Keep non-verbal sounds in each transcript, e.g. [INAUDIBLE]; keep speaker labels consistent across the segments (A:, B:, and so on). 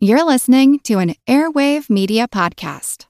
A: You're listening to an Airwave Media Podcast.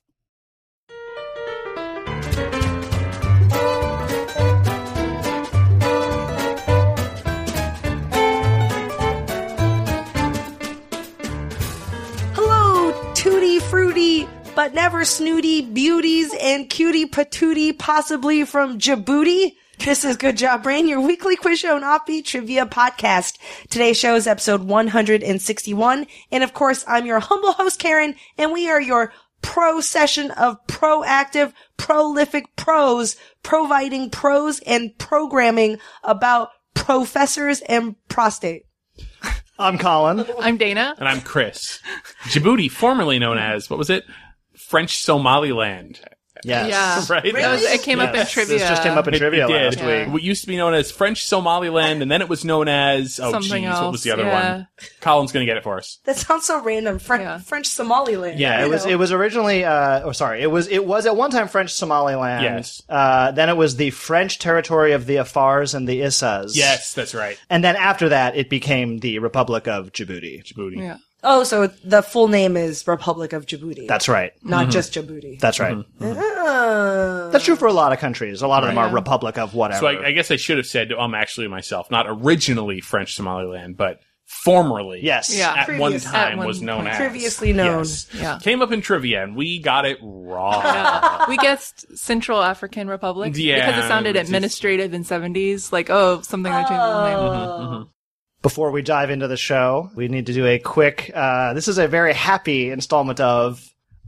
B: Hello, tutti fruity, but never snooty beauties and cutie patootie, possibly from Djibouti. This is Good Job Brain, your weekly quiz show and offbeat trivia podcast. Today's show is episode 161. And of course, I'm your humble host, Karen, and we are your pro session of proactive, prolific pros, providing pros and programming about professors and prostate.
C: I'm Colin.
D: I'm Dana.
E: And I'm Chris. Djibouti, formerly known as, what was it? French Somaliland.
C: [LAUGHS] Yes.
E: Right?
D: That was- it came up in
C: Yes,
D: trivia.
C: This just came up in
E: It-
C: trivia
E: it did.
C: last week.
D: week.
E: What used to be known as French Somaliland, and then it was known as, oh,
D: Something
E: jeez, what was
D: else,
E: the other
D: yeah.
E: one? Colin's going to get it for us.
B: That sounds so random. French,
D: Yeah.
B: French Somaliland.
C: Yeah, it
B: You
C: was
B: know?
C: it was originally uh oh sorry, it was it was at one time French Somaliland.
E: Yes.
C: Uh then it was the French territory of the Afars and the Issas.
E: Yes, that's right.
C: And then after that it became the Republic of Djibouti.
E: Djibouti.
D: yeah.
B: Oh, so the full name is Republic of Djibouti.
C: That's Mm-hmm. right.
B: not just Djibouti.
C: That's right.
B: Oh.
C: That's true for a lot of countries. A lot of them are Republic of whatever.
E: So I, I guess I should have said, oh, I'm actually myself, not originally French Somaliland, but formerly.
C: yes.
D: Yeah.
E: At one
B: Previous- at
E: time
D: one
E: was known
D: point.
E: as.
B: Previously known.
E: Yes.
D: Yeah.
E: Came up in trivia, and we got it wrong.
D: Yeah. we guessed Central African Republic
E: Yeah,
D: because it sounded
E: it's-
D: administrative in 70s, like, oh, something they changed the
C: Oh.
D: name.
C: Before we dive into the show, we need to do a quick uh this is a very happy installment of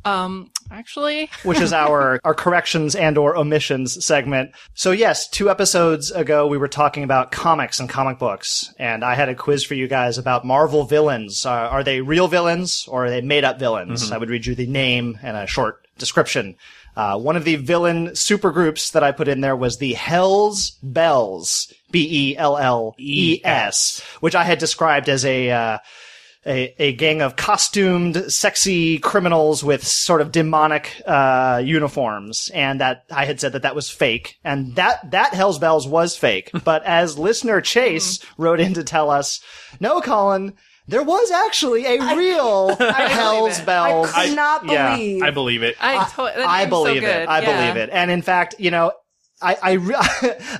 D: Um, actually,
C: which is [LAUGHS] our our corrections and or omissions segment. So yes, two episodes ago we were talking about comics and comic books, and I had a quiz for you guys about Marvel villains. Uh, are they real villains or are they made up villains? I would read you the name and a short description. Uh, one of the villain supergroups that I put in there was the Hell's Bells, B E L L E S, which I had described as a uh, a, a gang of costumed, sexy criminals with sort of demonic uh, uniforms, and that I had said that that was fake, and that that Hell's Bells was
D: [LAUGHS]
C: fake. but as listener Chase
D: Hmm.
C: wrote in to tell us, no, Colin, there was actually a real Hell's
D: it. [LAUGHS] I
C: Bells.
B: I could not
C: yeah.
B: believe.
E: I believe it.
D: I, to- that
C: I
D: name's so
C: believe
D: good.
C: it. I
D: Yeah.
C: believe it. And in fact, you know, I, I re- [LAUGHS]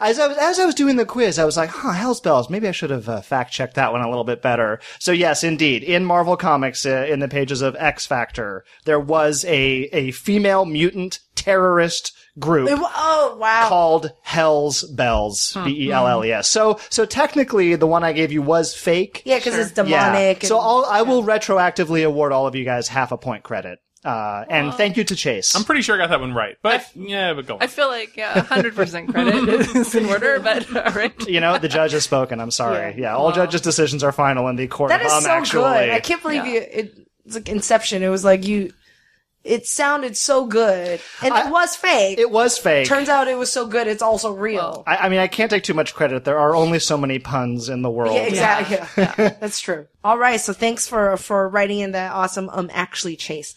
C: as I was as I was doing the quiz, I was like, "Huh, Hell's Bells. Maybe I should have uh, fact checked that one a little bit better." So yes, indeed, in Marvel Comics, uh, in the pages of X Factor, there was a a female mutant terrorist group
B: It wa- oh wow.
C: called Hell's Bells, B E L L E S. So so technically, the one I gave you was fake.
B: yeah, because it's demonic.
C: Yeah. So
B: and-
C: I'll, I will retroactively award all of you guys half a point credit. Uh, and thank you to Chase.
E: I'm pretty sure I got that one right, but yeah, but go on.
D: I feel like yeah, 100%
C: [LAUGHS]
D: credit is in order, but all right.
C: you know, the judge has spoken. I'm sorry. Yeah, all judges' decisions are final in the court
B: that
C: of
B: is
C: um,
B: so
C: actually.
B: good. I can't believe you. It, it's like Inception. It was like you. It sounded so good, and it was fake.
C: it was fake.
B: Turns out it was so good. It's also real.
C: I, I mean, I can't take too much credit. There are only so many puns in the world.
B: [LAUGHS] yeah, exactly. That's true. All right. So thanks for for writing in that awesome um actually chase.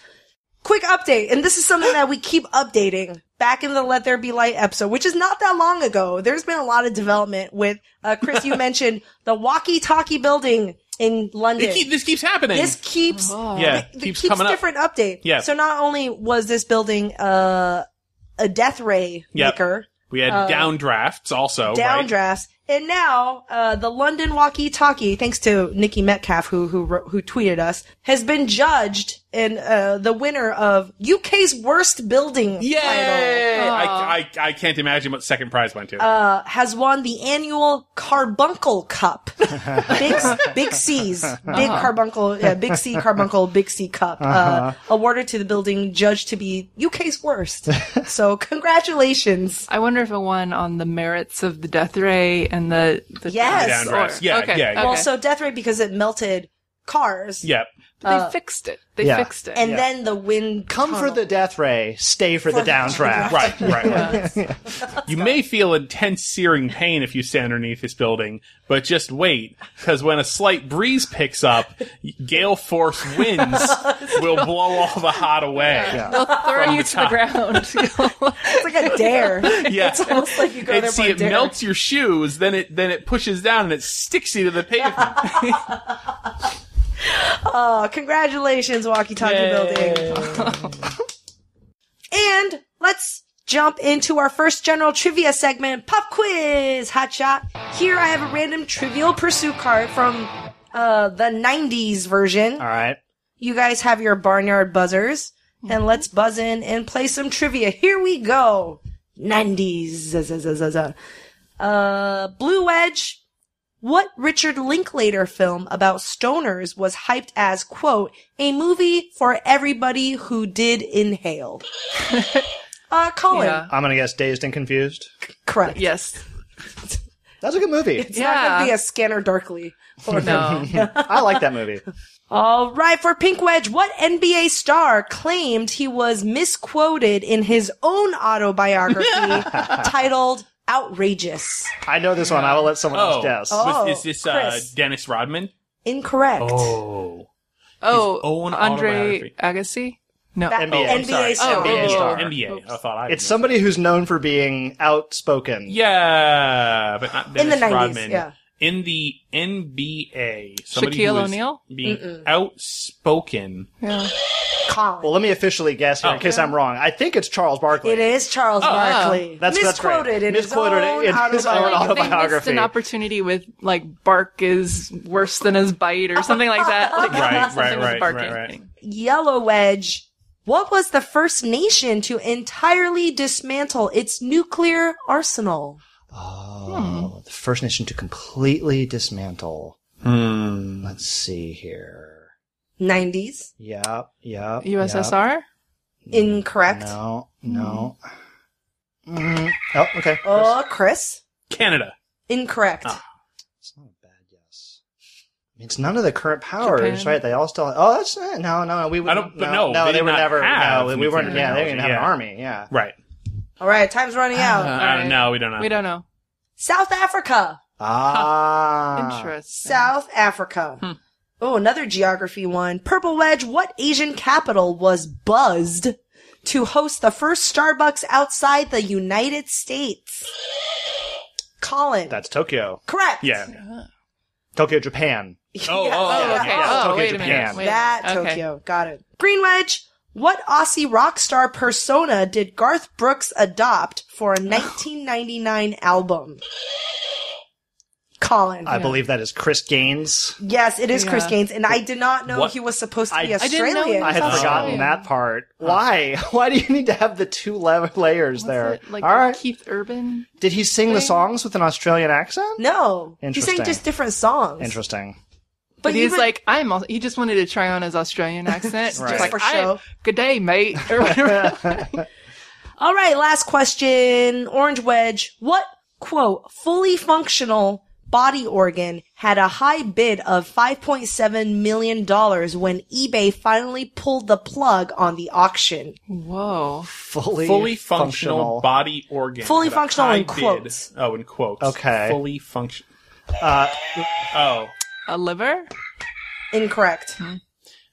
B: Quick update, and this is something that we keep updating back in the Let There Be Light episode, which is not that long ago. There's been a lot of development with uh, Chris.
E: [LAUGHS]
B: You mentioned the walkie-talkie building in London.
E: It keep- this keeps happening.
B: this keeps
E: yeah,
B: it
E: keeps,
B: Oh, keeps,
E: coming up.
B: different update.
E: Yeah.
B: So not only was this building uh, a death ray
E: Yep.
B: maker,
E: We had
B: uh,
E: downdrafts also. right?
B: downdrafts. And now uh, the London walkie-talkie, thanks to Nikki Metcalf who who wrote- who tweeted us, has been judged and uh, the winner of UK's worst building
E: Yay!
B: title
E: I,
B: Oh.
E: I, I can't imagine what second prize went to.
B: uh, has won the annual Carbuncle Cup. big big C's, big Carbuncle, yeah, big C Carbuncle, big C Cup uh, awarded to the building judged to be UK's worst. so congratulations.
D: I wonder if it won on the merits of the death ray and the, the
B: Yes.
E: Downdrafts. Yeah,
D: okay.
E: yeah, yeah.
D: Okay.
B: Well, so death rate because it melted cars.
E: yep.
D: they fixed it. They
C: uh, yeah.
D: fixed it.
B: And then the wind
C: Come for the death ray, stay for the
B: [LAUGHS]
C: downdraft.
E: Right, right. you may feel intense searing pain if you stand underneath this building, but just wait, because when a slight breeze picks up, gale force winds
B: [LAUGHS]
E: will blow all the hot away.
C: [LAUGHS]
D: They'll throw you to the ground.
B: It's like a dare. [LAUGHS]
E: Yeah.
B: It's almost like you go
E: And
B: there
E: see,
B: for a
E: it
B: dare.
E: melts your shoes, then it then it pushes down and it sticks you to the pavement.
B: Oh, congratulations, Walkie Talkie Building. [LAUGHS] and let's jump into our first general trivia segment, Pop Quiz Hotshot. Here I have a random Trivial Pursuit card from uh, the 90s version.
C: All right.
B: You guys have your barnyard buzzers,
D: Mm-hmm.
B: and let's buzz in and play some trivia. Here we go. 90s. za, za, za, za, za. Uh, Blue Edge. What Richard Linklater film about stoners was hyped as, quote, a movie for everybody who did
D: [LAUGHS]
B: inhale? uh, Colin.
D: Yeah.
C: I'm gonna guess dazed and confused.
B: Correct.
D: Yes.
C: That's a good movie.
B: It's not going
D: Yeah.
B: to be a Scanner Darkly.
C: oh,
D: No.
C: I like that movie.
B: All right, for Pink Wedge, what NBA star claimed he was misquoted in his own
C: [LAUGHS]
B: autobiography titled Outrageous?
C: I know this one. I will let someone
E: Oh,
C: else guess.
B: Oh.
E: Was- is this uh,
B: Chris.
E: Dennis Rodman?
B: Incorrect.
E: Oh,
D: Oh,
E: own
D: Andre
E: autobiography.
D: Agassi? No.
B: That
C: NBA.
E: I'm
B: NBA
E: sorry.
B: star.
D: Oh,
E: NBA
D: oh,
E: star.
D: oh.
E: NBA. I thought I.
C: It's somebody who's known for being outspoken.
E: Yeah, but not
B: In
E: Dennis
B: the 90s,
E: Rodman.
B: yeah.
E: In the NBA, somebody
D: Shaquille
E: who is
D: O'Neal?
E: being outspoken.
D: Yeah.
B: Colin.
C: Well, let me officially guess here in
E: Oh.
C: case I'm wrong. I think it's Charles Barkley.
B: it is Charles Barkley.
C: Uh-huh. That's- that's great.
B: misquoted in
C: Misquoted
B: his own
C: in his
B: autobiography.
C: own
D: Like, they missed
C: Autobiography.
D: an opportunity with like bark is worse than his bite or something like that. Like, [LAUGHS]
E: Right,
D: something
E: right,
D: with
E: right,
D: barking.
E: right, right.
B: Yellow Edge. What was the first nation to entirely dismantle its nuclear arsenal?
C: Oh, the First Nation to completely dismantle.
E: Hmm.
C: Let's see here.
B: 90s.
C: Yeah, yeah.
D: USSR?
B: Incorrect.
C: Mm, No, no.
D: Mm-hmm.
C: Mm. Oh, okay.
B: Oh, Chris.
E: Canada.
B: Incorrect.
E: Ah.
C: It's not a bad guess. I mean, It's none of the current powers,
D: Japan.
C: right? They all still. Oh, that's eh, no, no, no. We would.
E: I don't- but no,
C: no,
E: they
C: they,
E: did
C: were
E: not
C: never.
E: have
C: No, we weren't.
E: nuclear
C: Yeah, they didn't even have an
E: technology,
C: army. Yeah.
E: Right.
B: All right, time's running out.
C: Uh-huh.
E: Uh,
D: Alright.
E: No, we don't know.
D: Ah, We don't know.
B: South Africa.
C: Ah.
D: Interesting.
B: South Africa. Oh, another geography one. Purple Wedge, what Asian capital was buzzed to host the first Starbucks outside the United States? Colin.
C: That's Tokyo,
B: correct. [LAUGHS]
E: Yeah.
C: Tokyo, Japan.
E: Oh,
B: Yeah.
E: oh,
D: Oh,
E: Yeah,
D: okay.
E: yeah,
D: oh,
C: Tokyo,
D: wait a
C: Japan.
D: minute. Wait a
B: That
D: minute. Okay.
B: Tokyo. Got it. Green Wedge, what Aussie rock star persona did Garth Brooks adopt for a 1999 album? Colin.
C: I believe that is Chris Gaines.
B: yes, it is Chris
D: Yeah.
B: Gaines, and I did not know
E: What?
B: he was supposed to be
C: I- I
D: didn't know he
B: Australian.
D: was
C: I had
D: That's
C: forgotten
D: Australian.
C: that part. Why? [LAUGHS] Why do you need to have the two le- layers
D: Was
C: there?
D: it, like
C: All right.
D: Keith Urban?
C: Did he sing the
D: thing?
C: songs with an
B: [LAUGHS]
C: Australian accent?
B: No. He sang
C: Interesting.
B: just different songs.
E: [LAUGHS]
C: Interesting.
D: But, he's
B: even-
D: like, I'm. Also, he just wanted to try on his Australian accent,
C: Right.
D: just like,
B: for
D: I-
B: show.
D: Good day, mate, or whatever.
B: All right, last question. Orange Wedge, what quote, fully functional body organ had a high bid of $5.7 million when eBay finally pulled the plug on the auction?
D: Whoa.
C: Fully,
E: Fully functional, body organ.
B: Fully
E: Had a
B: functional
E: high
B: in
E: bid.
B: quotes.
E: Oh, in quotes.
C: Okay.
E: Fully function. Uh, oh,
D: A liver?
B: Incorrect.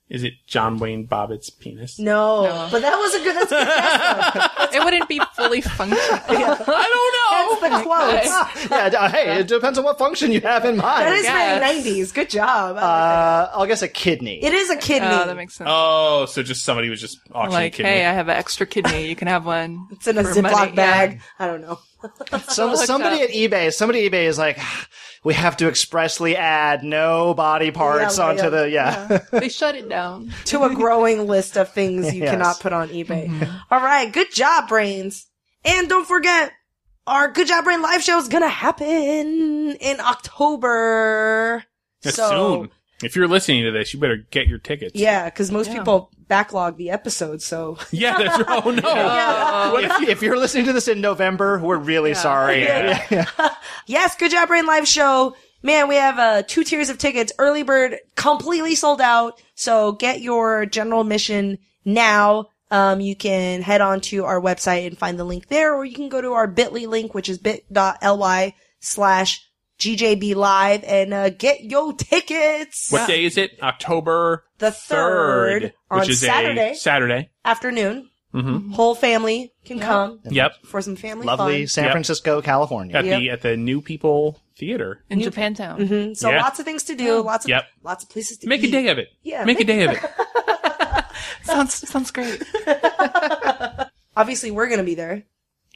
E: is it John Wayne Bobbitt's penis?
B: No,
D: No.
B: but that was a good,
D: [LAUGHS]
B: that's, a good guess,
D: It wouldn't be fully functional.
B: though.
D: I
B: that's the quote.
C: [LAUGHS] yeah. d- uh, Hey, it depends on what function you have in mind.
B: That is
D: Yes.
B: very 90s. Good job. I like that.
C: uh, I'll guess a kidney.
B: it is a kidney.
D: Oh, that makes sense.
E: Oh, so just somebody was just auctioning
D: like,
E: kidney.
D: hey, I have an extra kidney. You can have [LAUGHS] one.
B: it's in a
D: for money.
B: Ziploc
D: Yeah.
B: bag. I don't
D: [LAUGHS]
B: know.
C: Some,
D: looked
C: somebody
D: up.
C: at eBay, somebody at eBay is like, "Ah, we have to expressly add no body parts
B: Yeah,
C: onto
B: yeah.
C: the yeah.
D: They shut it down.
B: to a growing list of things
D: [LAUGHS]
B: you
C: Yes.
B: cannot put on eBay.
D: Mm-hmm.
B: All right, good job, brains. And don't forget, our Good Job Brain live show is gonna happen in October.
E: [LAUGHS] That's
B: so
E: soon. If you're listening to this, you better get your tickets.
B: yeah, because most
D: Yeah.
B: people backlog the episode, so
E: [LAUGHS] Yeah, that's oh no. What
C: [LAUGHS]
E: if-
C: if, if you're listening to this in November, we're really sorry.
E: Yeah.
B: [LAUGHS] Yes, Good Job Brain live show. Man, we have uh, two tiers of tickets. Early bird completely sold out. So get your general admission now. Um, you can head on to our website and find the link there, or you can go to our bit.ly link, which is bit.ly slash GJB live and uh, get your tickets
E: What day is it? October
B: The third, on
E: which is
B: Saturday.
E: a Saturday.
B: afternoon.
E: Mm-hmm.
B: Whole family can come
E: Yep,
B: for some family
C: Lovely
B: fun.
C: San
E: Yep.
C: Francisco, California.
E: at the at the New People theater.
D: in Japantown.
B: So
E: Yeah.
B: lots of things to do, lots of
E: Yep.
B: lots of places to
E: Make a
B: eat.
E: day of it.
B: Yeah,
E: Make a day
D: [LAUGHS]
E: of it.
D: [LAUGHS] Sounds sounds great.
B: Obviously, we're gonna be there. [LAUGHS]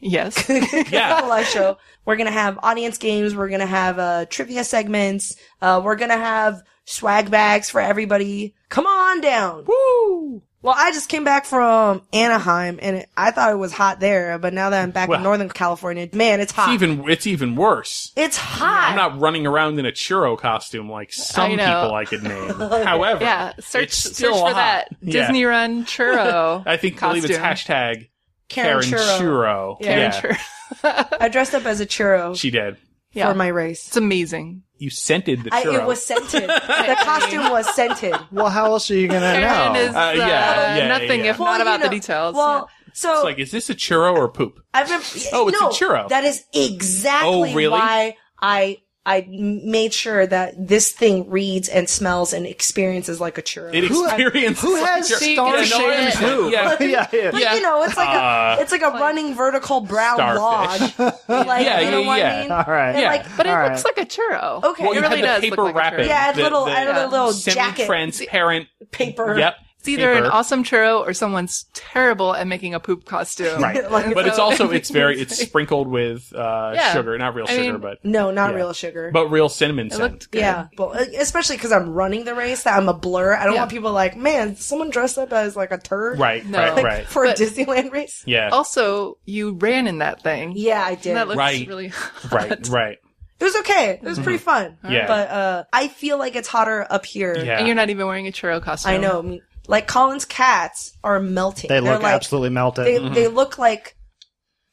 D: Yes.
E: Yeah.
B: live show. We're gonna have audience games. We're gonna have uh, trivia segments. Uh, we're gonna have swag bags for everybody. Come on down.
E: Woo!
B: Well, I just came back from Anaheim, and it, I thought it was hot there, but now that I'm back
E: Well.
B: in Northern California, man, it's hot.
E: It's even it's even worse.
B: it's hot.
E: I'm not running around in a churro costume like some
D: I know. Oh,
E: people I could name.
D: [LAUGHS] [LAUGHS]
E: However,
D: Yeah. Search
E: It's
D: search
E: still
D: for
E: hot.
D: that
E: Yeah.
D: Disney Run [LAUGHS] churro.
E: I think believe it's
D: costume.
E: hashtag
B: Karen
E: Karen,
B: Churro.
E: Churro.
D: Karen
E: Yeah,
D: churro.
B: I dressed up as a churro
E: she did.
D: Yeah.
B: for my race.
D: it's amazing.
E: You scented the
B: I,
E: churro.
B: it was
E: [LAUGHS]
B: scented. the costume was
D: [LAUGHS]
B: scented.
C: Well, how else are you gonna
D: Karen
C: know?
D: is
E: Uh, yeah,
D: uh,
E: yeah, yeah,
D: nothing
E: yeah.
D: if not
B: you
D: about the
B: know-
D: details.
B: Well, so
E: It's like, is this a churro or poop?
B: I've been.
E: Oh, it's a
B: no,
E: churro.
B: That is exactly
E: Oh, really?
B: why I I m- made sure that this thing reads and smells and experiences like a churro.
E: It
C: Who-
E: experiences.
C: Who has
E: churro.
D: See,
C: star
D: you know,
C: shaped
D: it's-
C: poop?
E: yeah.
C: [LAUGHS] yeah, yeah.
B: But, you know, it's [LAUGHS] like
E: Uh,
B: a it's like a running vertical brown
E: starfish. [LAUGHS]
B: log. like
E: Yeah,
B: you know
E: yeah,
B: what
E: yeah.
B: I mean?
C: All right.
B: And
E: Yeah.
B: like,
D: but it
C: all right.
D: looks like a churro.
B: Okay. Well,
D: it
B: you had
D: really
E: the
D: does
E: paper
D: look like a
E: wrapping.
D: churro.
B: yeah, it's
E: The-
B: little
E: the-
B: I had a little jacket
E: Semi-transparent.
B: paper.
E: Yep.
D: It's either an
E: paper.
D: awesome churro or someone's terrible at making a poop costume.
B: [LAUGHS]
E: Right.
B: Like-
E: But it's
D: So- [LAUGHS]
E: also it's very it's sprinkled with uh,
D: Yeah.
E: sugar, not real
D: I
E: sugar,
D: mean-
E: but
B: No, not
E: Yeah.
B: real sugar.
E: but real cinnamon
D: It
E: scent.
D: looked good.
B: yeah, well, especially because I'm running the race, that I'm a blur. I don't
D: Yeah.
B: want people like, man, someone dressed up as like a turd,
E: Right,
D: No.
E: right,
B: Like,
E: right.
B: for
D: But-
B: a Disneyland race.
E: Yeah,
D: Also, you ran in that thing.
B: Yeah, I did.
D: And that looks
E: Right.
D: really [LAUGHS]
E: right, right.
B: It was okay. It was pretty fun.
E: Yeah.
B: But uh, I feel like it's hotter up here.
E: Yeah.
D: And you're not even wearing a churro costume.
B: I know. I mean, Like Colin's cats are melting.
C: They
B: They're
C: look
B: like,
C: absolutely melted.
B: They, they look like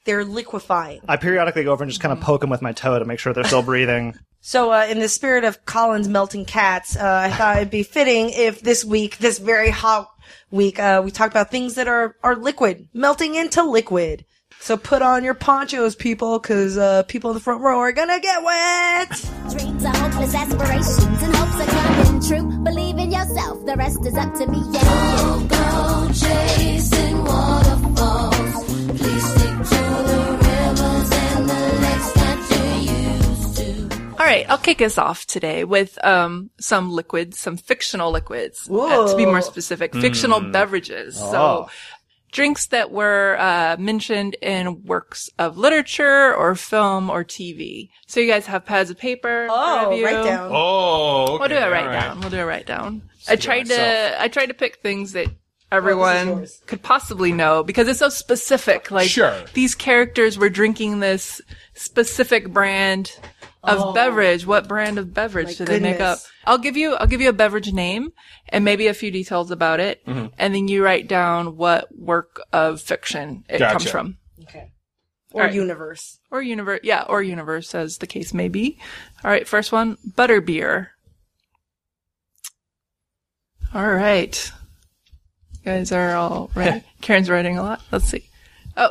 B: they're liquefying.
C: I periodically go over and just kind of poke them with my toe to make sure they're still breathing.
B: So, uh, in the spirit of Colin's melting cats, uh, I thought it'd be fitting if this week, this very hot week, uh, we talk about things that are are liquid, melting into liquid. So put on your ponchos, people, because uh, people in the front row are gonna get wet.
F: Dreams are hopeless aspirations and hopes are coming true. Believe in yourself, the rest is up to me. and you.
G: Go chasing waterfalls. Please stick to the rivers and the lakes that you're used to.
D: All right, I'll kick us off today with um, some liquids, some fictional liquids. Uh, to be more specific, fictional
B: Hmm.
D: beverages.
B: Oh.
D: So, drinks that were uh, mentioned in works of literature or film or TV. So you guys have pads of paper. in front of
B: Oh,
D: you.
B: right down.
E: Oh,
D: We'll do
E: okay,
D: a write
E: all
D: down. We'll do a write down. I tried
E: myself.
D: to I tried to pick things that everyone
B: Oh, yours.
D: could possibly know because it's so specific. Like
E: Sure.
D: these characters were drinking this specific brand of beverage. What brand of beverage do they make
B: Oh.
D: up?
B: goodness.
D: I'll give you I'll give you a beverage name and maybe a few details about it,
E: Mm-hmm.
D: and then you write down what work of fiction it
E: Gotcha.
D: comes from.
B: Okay. Or
D: Alright.
B: universe.
D: Or universe, yeah, or universe, as the case may be. All right, first one, butterbeer. All right, you guys are all
B: [LAUGHS]
D: right. Karen's writing a lot. Let's see. Oh,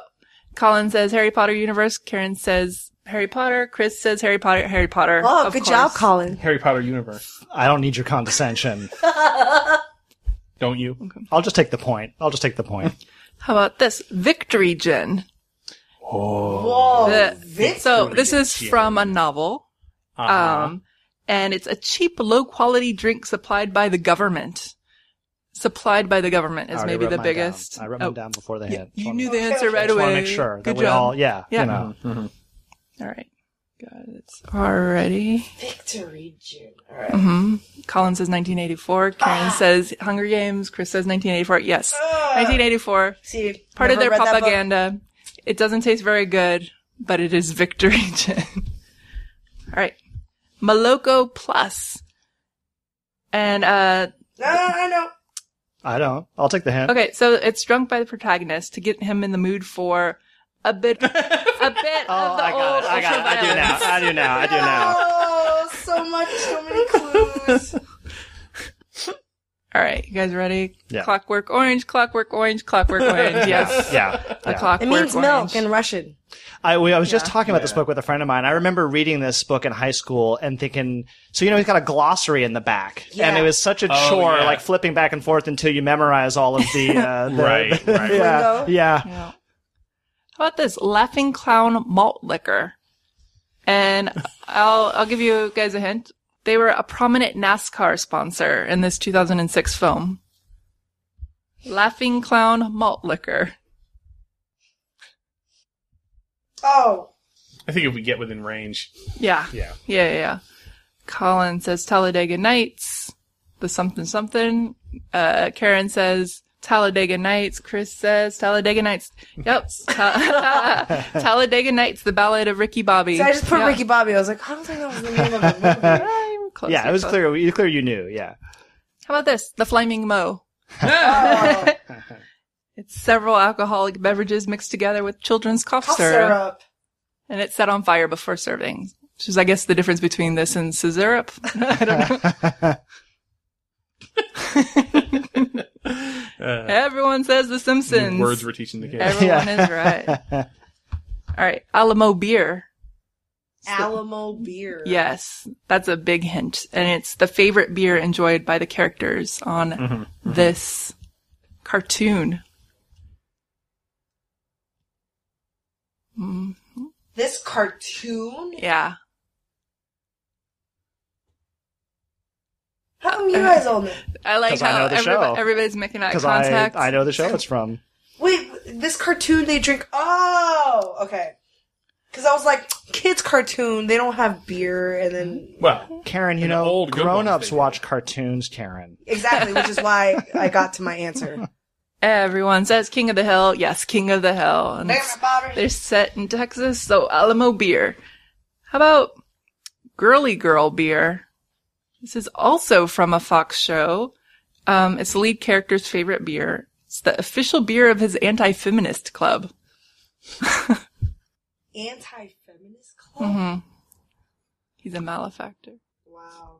D: Colin says Harry Potter universe. Karen says Harry Potter. Chris says Harry Potter. Harry Potter.
B: Oh,
D: of
B: good job,
D: course.
B: Colin.
E: Harry Potter universe.
C: I don't need your condescension.
E: Don't you?
C: I'll just take the point. I'll just take the point.
D: How about this victory gin?
B: Whoa.
D: The-
B: Vic-
D: so this is from a novel,
C: Uh-huh.
E: Uh-huh.
D: um, and it's a cheap, low-quality drink supplied by the government. Supplied by the government
C: I
D: is
C: already
D: maybe
C: wrote
D: the
C: mine down.
D: biggest.
C: I wrote mine
D: Oh.
C: down before they hit.
D: You
C: Wanna-
D: knew the answer right
C: Just
D: away.
C: want to make sure that
D: Good
C: we
D: job.
C: all, yeah,
D: Yeah.
C: you know.
D: All right. Got it. Alrighty.
B: Victory June.
D: Mm-hmm. Colin says 1984. Karen says Hunger Games. Chris says 1984. Yes. 1984.
B: See,
D: Part of
B: never
D: their
B: read that book.
D: propaganda. It doesn't taste very good, but it is victory [LAUGHS] gin. All right. Maloko Plus. And, uh,
B: No, no, no, no.
C: I don't. I'll take the hint.
D: Okay, so it's drunk by the protagonist to get him in the mood for a
B: [LAUGHS]
D: bit, a bit
C: Oh,
D: of the old ultraviolet.
C: I do now. I do now.
B: Oh, so much, so [LAUGHS] many clues.
D: All right, you guys ready?
C: Yeah.
D: Clockwork orange, clockwork orange,
B: [LAUGHS]
D: clockwork orange. Yes,
C: Yeah.
D: a clockwork
B: It means
D: orange.
B: milk in Russian.
C: I, we, I was just talking about this book with a friend of mine. I remember reading this book in high school and thinking, so you know, he's got a glossary in the back,
B: Yeah.
C: and it was such a chore,
E: Oh, yeah.
C: like flipping back and forth until you memorize all of the,
E: [LAUGHS]
C: uh,
D: Oh.
C: the
E: Right,
D: [LAUGHS]
E: right.
C: yeah,
B: Lingo.
C: yeah.
D: How about this laughing clown malt liquor? And I'll I'll give you guys a hint. They were a prominent NASCAR sponsor in this 2006 film. Laughing Clown Malt Liquor.
B: Oh,
E: I think if we get within range,
D: Yeah.
E: Yeah.
D: Yeah, yeah, yeah. Colin says Talladega Nights, the something something. Uh, Karen says Talladega Nights. Chris says Talladega Nights. Yep. [LAUGHS] Ta- ta- Talladega Nights, the ballad of Ricky Bobby.
B: so I just put
D: Yeah.
B: Ricky Bobby. I was like, I don't think that was the name of the movie.
D: [LAUGHS] I'm close,
C: yeah,
D: I'm
C: it was
D: close.
C: clear. You clear you knew. Yeah. [LAUGHS]
D: How about this? The Flaming [LAUGHS] Mo.
B: [LAUGHS] Oh,
D: It's several alcoholic beverages mixed together with children's cough,
B: cough
D: syrup,
B: syrup.
D: and it's set on fire before serving. Which is, I guess, the difference between this and syrup. [LAUGHS] I don't know. [LAUGHS]
E: uh,
D: Everyone says The Simpsons.
E: new words we're teaching the kids.
D: [LAUGHS] Everyone is right. [LAUGHS] All right. Alamo beer.
B: Alamo beer.
D: Yes. That's a big hint. And it's the favorite beer enjoyed by the characters on this cartoon.
B: This cartoon.
D: Yeah.
B: How come you guys all know?
D: I like
C: 'Cause I
D: how
C: know the
D: everybo-
C: show.
D: everybody's making eye
C: Because I,
D: contact.
C: I know the show it's from.
B: Wait, this cartoon they drink. Oh, okay. Because I was like, kids cartoon. They don't have beer, and then
E: Well,
C: Karen, you
E: An
C: know,
E: old good
C: grown
E: ones
C: ups
E: they
C: watch cartoons, Karen.
B: exactly, which is
D: [LAUGHS]
B: why I got to my answer.
D: Everyone says King of the Hill. Yes, King of the Hill. And it's- they're set in Texas, so Alamo beer. How about Girly Girl beer? This is also from a Fox show. Um, it's the lead character's favorite beer. It's the official beer of his anti-feminist club.
B: Anti-feminist club.
D: Mm-hmm. He's a malefactor.
B: Wow.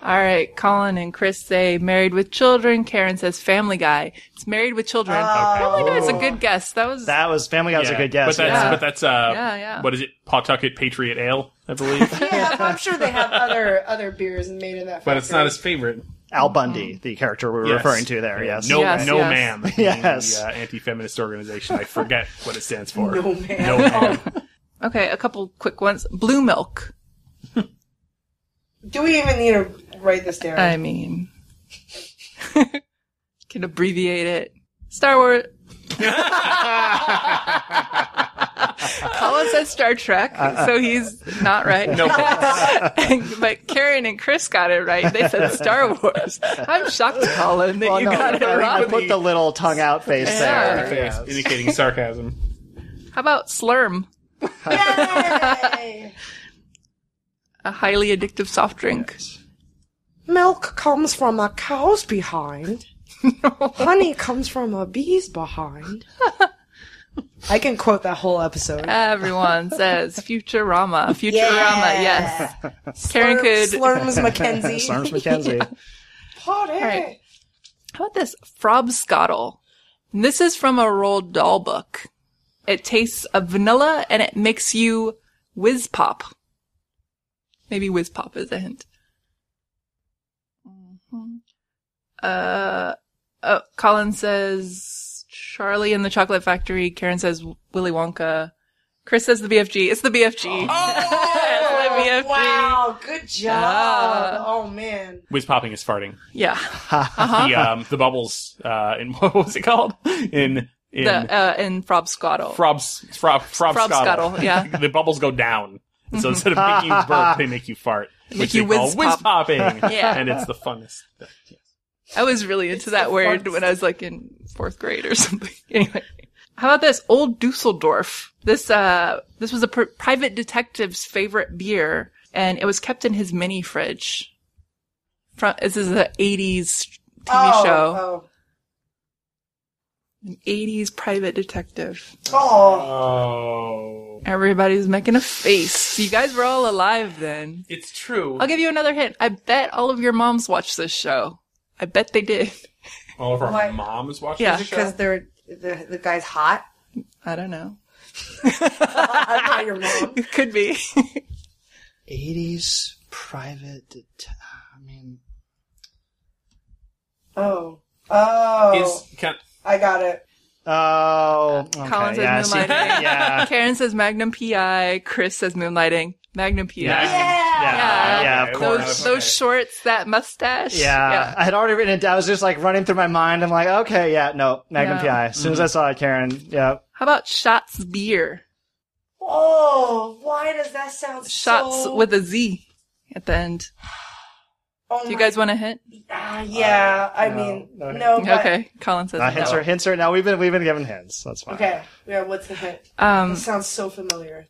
D: All right, Colin and Chris say Married with Children. Karen says Family Guy. It's Married with Children.
B: Ah.
D: Family Guy's
B: Oh.
D: a good guess. That was
C: That was Family Guy was
E: yeah.
C: a good guess.
E: But that's
D: yeah.
E: but that's uh,
D: Yeah, yeah.
E: what is it? Pawtucket Patriot Ale, I [LAUGHS]
B: [LAUGHS]
E: believe.
B: Yeah, I'm sure they have other other beers made in that.
E: but it's not his favorite.
C: Al Bundy, the character we were
E: Yes.
C: referring to there. Yes.
E: No,
D: Yes,
E: no,
D: yes.
E: ma'am.
C: [LAUGHS] Yes.
E: The, uh, anti-feminist organization. I forget what it stands for.
B: No, man.
E: No, [LAUGHS] ma'am.
D: okay. A couple quick ones. Blue Milk.
B: Do we even need to write this down?
D: I mean, [LAUGHS] can abbreviate it. Star Wars. Colin says Star Trek, so he's not right. [LAUGHS]
E: No
D: but Karen and Chris got it right. They said Star Wars. I'm shocked, Colin, that
C: Well,
D: you
C: no,
D: got it
C: I, mean, I [LAUGHS]
D: wrong.
C: put the little tongue out face
D: Yeah.
C: there.
E: Face, indicating sarcasm.
D: How about Slurm,
B: Yay!
D: a highly addictive soft drink?
B: Milk comes from a cow's
D: [LAUGHS]
B: behind. Honey comes from a bee's
D: [LAUGHS]
B: behind. I can quote that whole episode.
D: Everyone says Futurama. Futurama, yes. Karen
B: Slurm,
D: could.
B: Slurms
D: [LAUGHS]
B: McKenzie.
C: Sarms McKenzie.
B: Party.
D: right. How about this Frobscottle? This is from a Roald Dahl book. It tastes of vanilla and it makes you whiz pop. Maybe whiz pop is a hint. Mhm. Uh, oh, Colin says Charlie and the Chocolate Factory. Karen says Willy Wonka. Chris says the BFG. It's the BFG.
B: Oh!
D: it's the BFG.
B: Wow, good job.
D: Yeah.
B: oh man.
E: Whiz popping is farting.
D: [LAUGHS] Yeah.
E: The um, the bubbles uh, in [LAUGHS] what was it called in in
D: The, uh, in Frobscottle.
E: Frobs Frob Frobscottle.
D: Frobscottle, yeah.
E: [LAUGHS] the bubbles go down. And [LAUGHS] so instead of making you burp, they make you fart, which
D: you
E: they call
D: whiz
E: whiz
D: pop.
E: [LAUGHS] popping.
D: Yeah.
E: and it's the funnest. thing.
D: I was really into that word when I was like in fourth grade or [LAUGHS] something. Anyway, how about this old Dusseldorf? This uh, this was a pr- private detective's favorite beer, and it was kept in his mini fridge. From this is the '80s TV
B: oh,
D: show,
B: Oh.
D: an '80s private detective.
B: Oh.
E: Oh,
D: Everybody's making a face. You guys were all alive then.
E: it's true.
D: I'll give you another hint. I bet all of your moms watched this show. I bet they did. [LAUGHS]
E: All of our
B: Why?
E: moms watching
D: Yeah.
E: the show.
B: Because they're the, the guy's hot. [LAUGHS]
D: I don't know.
B: I'm not your
D: [LAUGHS]
B: mom.
D: It could be.
C: 80s private. Det- I mean,
B: Oh. Oh.
E: Is can,
B: I got it.
C: oh, okay.
D: Colin says
C: yeah, I see.
D: Moonlighting. [LAUGHS]
C: [LAUGHS] yeah.
D: Karen says Magnum PI. Chris says Moonlighting. Magnum PI.
C: Yeah,
D: Yeah.
C: yeah, of [LAUGHS] course.
D: Those, those shorts, that mustache.
C: Yeah. I had already written it down. I was just like running through my mind. I'm like, okay, yeah, Mm-hmm. no, Magnum
D: No.
C: PI. As soon as I saw it, Karen, yeah.
D: How about Shots Beer?
B: Oh, why does that sound
D: Shots
B: so?
D: with a Z at the end.
B: oh
D: Do you
B: my-
D: guys want to hint?
B: Ah, yeah, I
C: no,
B: mean, no,
C: no, no.
B: but-
D: okay. Colin says
C: Uh,
D: no.
C: hints are hints are. No, we've been we've been given hints. That's fine.
B: Okay, yeah. What's the hint?
D: Um,
B: It sounds so familiar.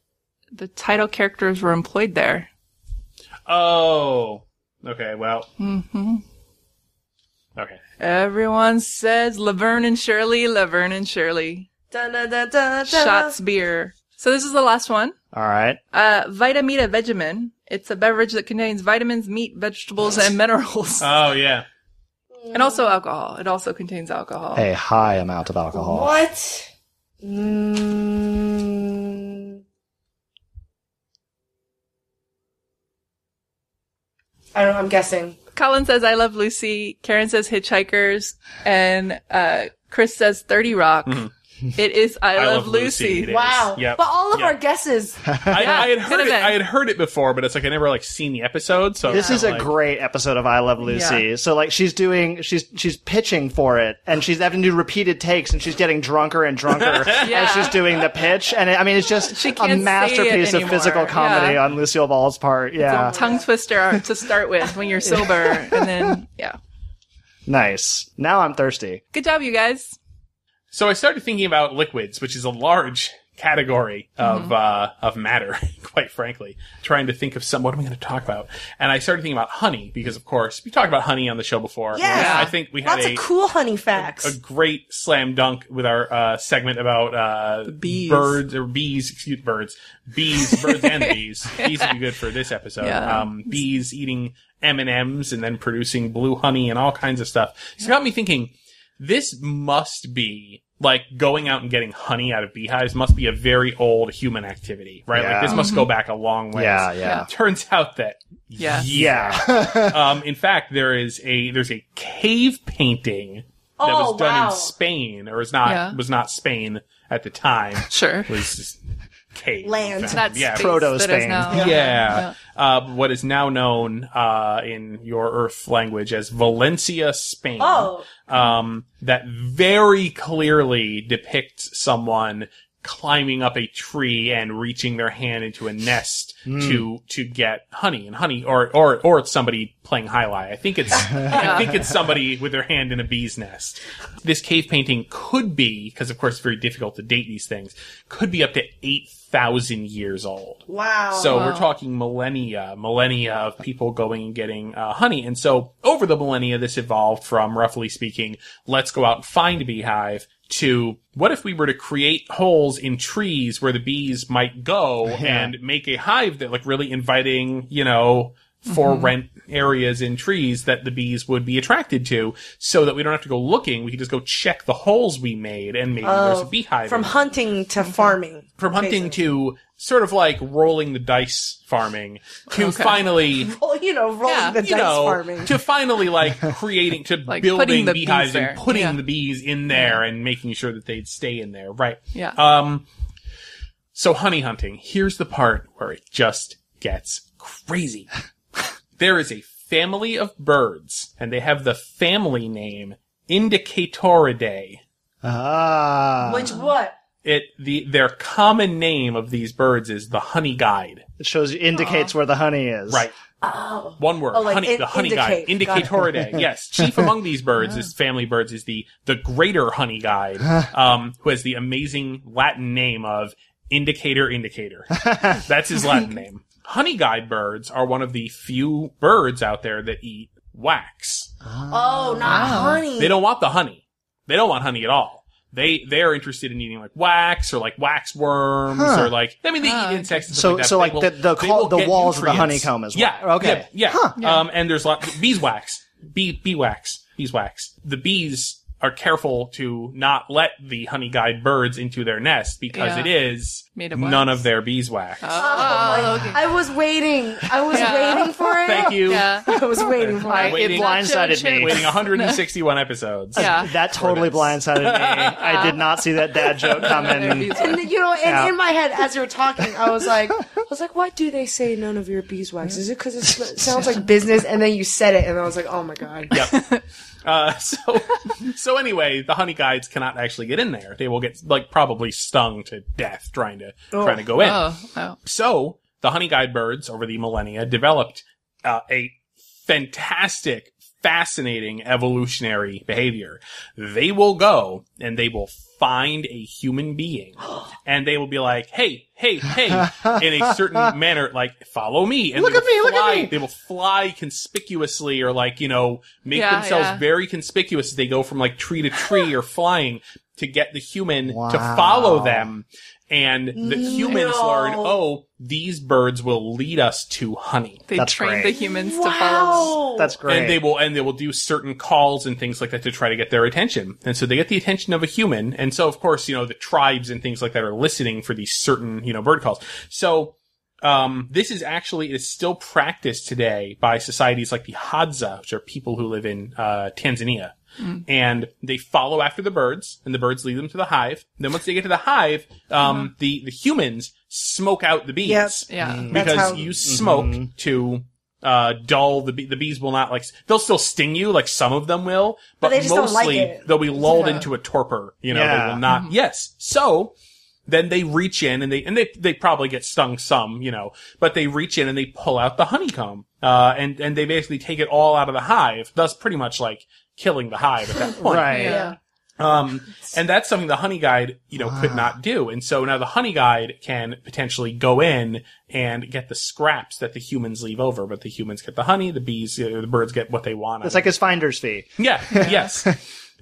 D: the title characters were employed there.
E: Oh. Okay, well. Mm-hmm. Okay.
D: Everyone says Laverne and Shirley, Laverne and Shirley.
B: Dun, dun, dun, dun, dun.
D: Shots beer. So this is the last one.
C: All right.
D: Uh, Vitamita Vegemin. It's a beverage that contains vitamins, meat, vegetables, and minerals,
E: Oh, yeah.
D: and also alcohol. It also contains alcohol.
C: A high amount of alcohol.
B: What? Mm, I don't. I'm guessing.
D: Colin says I love Lucy. Karen says Hitchhikers, and uh, Chris says Thirty Rock.
E: Mm-hmm.
D: It is I, love, Lucy.
E: It is.
B: Wow.
E: Yep.
B: But all of
E: Yep.
B: our guesses.
E: I, I had
D: Yeah,
E: heard
D: could've
E: it.
D: been.
E: I had heard it before, but it's like I never like seen the episode. So
C: This
E: I'm
C: is a
E: like-
C: great episode of I Love Lucy.
D: Yeah.
C: So like she's doing she's she's pitching for it and she's having to do repeated takes and she's getting drunker and drunker
D: [LAUGHS] Yeah.
C: as she's doing the pitch and it, I mean it's just
D: She
C: a
D: can't say
C: masterpiece
D: it
C: of
D: anymore.
C: physical comedy
D: Yeah.
C: on Lucille Ball's part. Yeah.
D: Tongue twister to start with when you're sober, and then yeah.
C: nice. Now I'm thirsty.
D: Good job, you guys.
E: So I started thinking about liquids, which is a large category of
B: Mm-hmm.
E: uh, of matter, [LAUGHS] quite frankly. Trying to think of some. What am I going to talk about? And I started thinking about honey because, of course, we talked about honey on the show before.
B: Yeah.
E: I think [LAUGHS] we had
B: Lots
E: a
B: of cool honey
E: a
B: facts.
E: great slam dunk with our uh, segment about uh,
D: bees.
E: birds or bees, excuse birds, bees,
D: [LAUGHS]
E: birds and bees. Bees would be good for this episode.
D: Yeah.
E: Um, bees eating M and M's and then producing blue honey and all kinds of stuff. So it got me thinking. This must be like going out and getting honey out of beehives must be a very old human activity, right?
C: Yeah.
E: Like this
D: Mm-hmm.
E: must go back a long way.
C: Yeah, yeah.
E: Turns out that
D: Yeah.
C: Yeah.
E: um, in fact, there is a there's a cave painting that
B: Oh,
E: was done
B: wow.
E: in Spain, or is not
D: Yeah.
E: was not Spain at the time.
D: Sure.
E: was just cave in
B: Land.
E: fact.
D: That's
E: yeah.
D: space
C: Proto
D: that is
C: Spain.
D: now-
E: Yeah. Uh, what is now known uh, in your Earth language as Valencia, Spain.
B: Oh.
E: Um, that very clearly depicts someone climbing up a tree and reaching their hand into a nest to to get honey and honey, or or or it's somebody playing high lie. I think it's I think it's somebody with their hand in a bee's nest. This cave painting could be because, of course, it's very difficult to date these things. Could be up to eight thousand years old.
B: Wow.
E: So we're talking millennia, millennia of people going and getting uh, honey. And so over the millennia, this evolved from roughly speaking, let's go out and find a beehive to what if we were to create holes in trees where the bees might go and make a hive that like really inviting, you know, for
B: Mm-hmm.
E: rent areas in trees that the bees would be attracted to so that we don't have to go looking. We can just go check the holes we made and maybe there's a beehive.
B: Oh, from
E: in there
B: hunting
E: [LAUGHS]
B: to farming.
E: from hunting to sort of like rolling the dice farming to finally
B: [LAUGHS] Well, you know, rolling
D: Yeah.
B: the
E: you
B: dice
E: know
B: farming.
E: to finally like creating to
D: [LAUGHS] Like
E: building
D: putting the bees
E: beehives
D: there.
E: and putting
D: Yeah.
E: the bees in there and making sure that they'd stay in there right
D: Yeah.
E: um so honey hunting here's the part where it just gets crazy there is a family of birds and they have the family name indicatoridae
C: [LAUGHS] Ah.
B: [LAUGHS] Which what?
E: it the their common name of these birds is the honey guide
C: It shows indicates where the honey is.
E: Right. Oh. One word.
B: Oh, like
E: honey,
B: in-
E: the honey guide.
B: indicate. Got it.
E: Indicatoridae. yes. Chief among these
B: [LAUGHS]
E: birds is family birds is the the greater honey guide, um, who has the amazing Latin name of indicator indicator. That's his Latin name. Honey guide birds are one of the few birds out there that eat wax.
B: Oh, not honey.
E: They don't want the honey. They don't want honey at all. They they're interested in eating like wax or like wax worms or like I mean they eat insects and stuff
C: So-
E: like that.
C: so, like,
E: but they will-
C: the- the
E: they
C: col-
E: will
C: the
E: get
C: walls of the
E: nutrients.
C: honeycomb as well.
E: Yeah.
C: Okay.
E: Yeah. yeah. Um and there's lot beeswax. Bee beeswax. Beeswax. The bees are careful to not let the honey guide birds into their nest because
D: Yeah.
E: it is
D: Made of
E: none
D: wax.
E: of their beeswax.
D: Oh, okay.
B: I was waiting. I was
D: Yeah.
B: waiting for it.
E: Thank you.
D: Yeah.
B: [LAUGHS] I was waiting for it.
C: I, it
E: Waiting-
C: blindsided me.
E: Waiting 161 episodes. [LAUGHS]
D: Yeah.
C: That totally blindsided me.
D: [LAUGHS]
C: I did not see that dad joke coming.
B: And you know, and in my head as you were talking, I was like, was like, why do they say none of your beeswax? Is it because it sm- sounds like business? And then you said it, and I was like, oh my god.
E: [LAUGHS] Uh, so, so anyway, the honey guides cannot actually get in there. They will get like probably stung to death trying to trying to go in.
D: Oh, oh.
E: So the honey guide birds over the millennia developed uh, a fantastic, fascinating evolutionary behavior. They will go and they will find a human
C: [GASPS]
E: being and they will be like, Hey,
C: [LAUGHS]
E: hey, hey, in a certain manner, like follow me. And
C: Look
E: they
C: at
E: will
C: me, look at
E: fly-
C: me.
E: They will fly conspicuously or like, you know, make
D: Yeah,
E: themselves
D: yeah.
E: very conspicuous as they go from like tree
C: [GASPS]
E: to tree or flying to get the human to
C: Wow.
E: follow them. And the humans
B: No.
E: learn, oh, these birds will lead us to honey.
D: They
C: That's
D: train
C: great.
D: the humans to follow.
B: Wow.
C: That's great.
E: And they will, and they will do certain calls and things like that to try to get their attention. And so they get the attention of a human. And so, of course, you know, the tribes and things like that are listening for these certain, you know, bird calls. So, um, this is actually, it is still practiced today by societies like the Hadza, which are people who live in, uh, Tanzania. And they follow after the birds, and the birds lead them to the hive. Then once they get to the hive, um, the, the humans smoke out the bees
B: Yep.
D: Yeah.
B: That's
E: because
B: how-
E: you smoke to uh, dull the bee- the bees will not like they'll still sting you like some of them will but,
B: they just don't like
E: mostly
B: it.
E: they'll be lulled into a torpor you know
C: Yeah.
E: they will not yes so then they reach in and they and they they probably get stung some you know but they reach in and they pull out the honeycomb uh, and and they basically take it all out of the hive thus pretty much like killing the hive at that point
C: right.
D: Yeah.
E: um, and that's something the honey guide, you know, could not do. And so now the honey guide can potentially go in and get the scraps that the humans leave over, but the humans get the honey, the bees, uh, the birds get what they want. out
C: It's
E: of
C: like his finder's fee.
E: [LAUGHS] yeah, yes.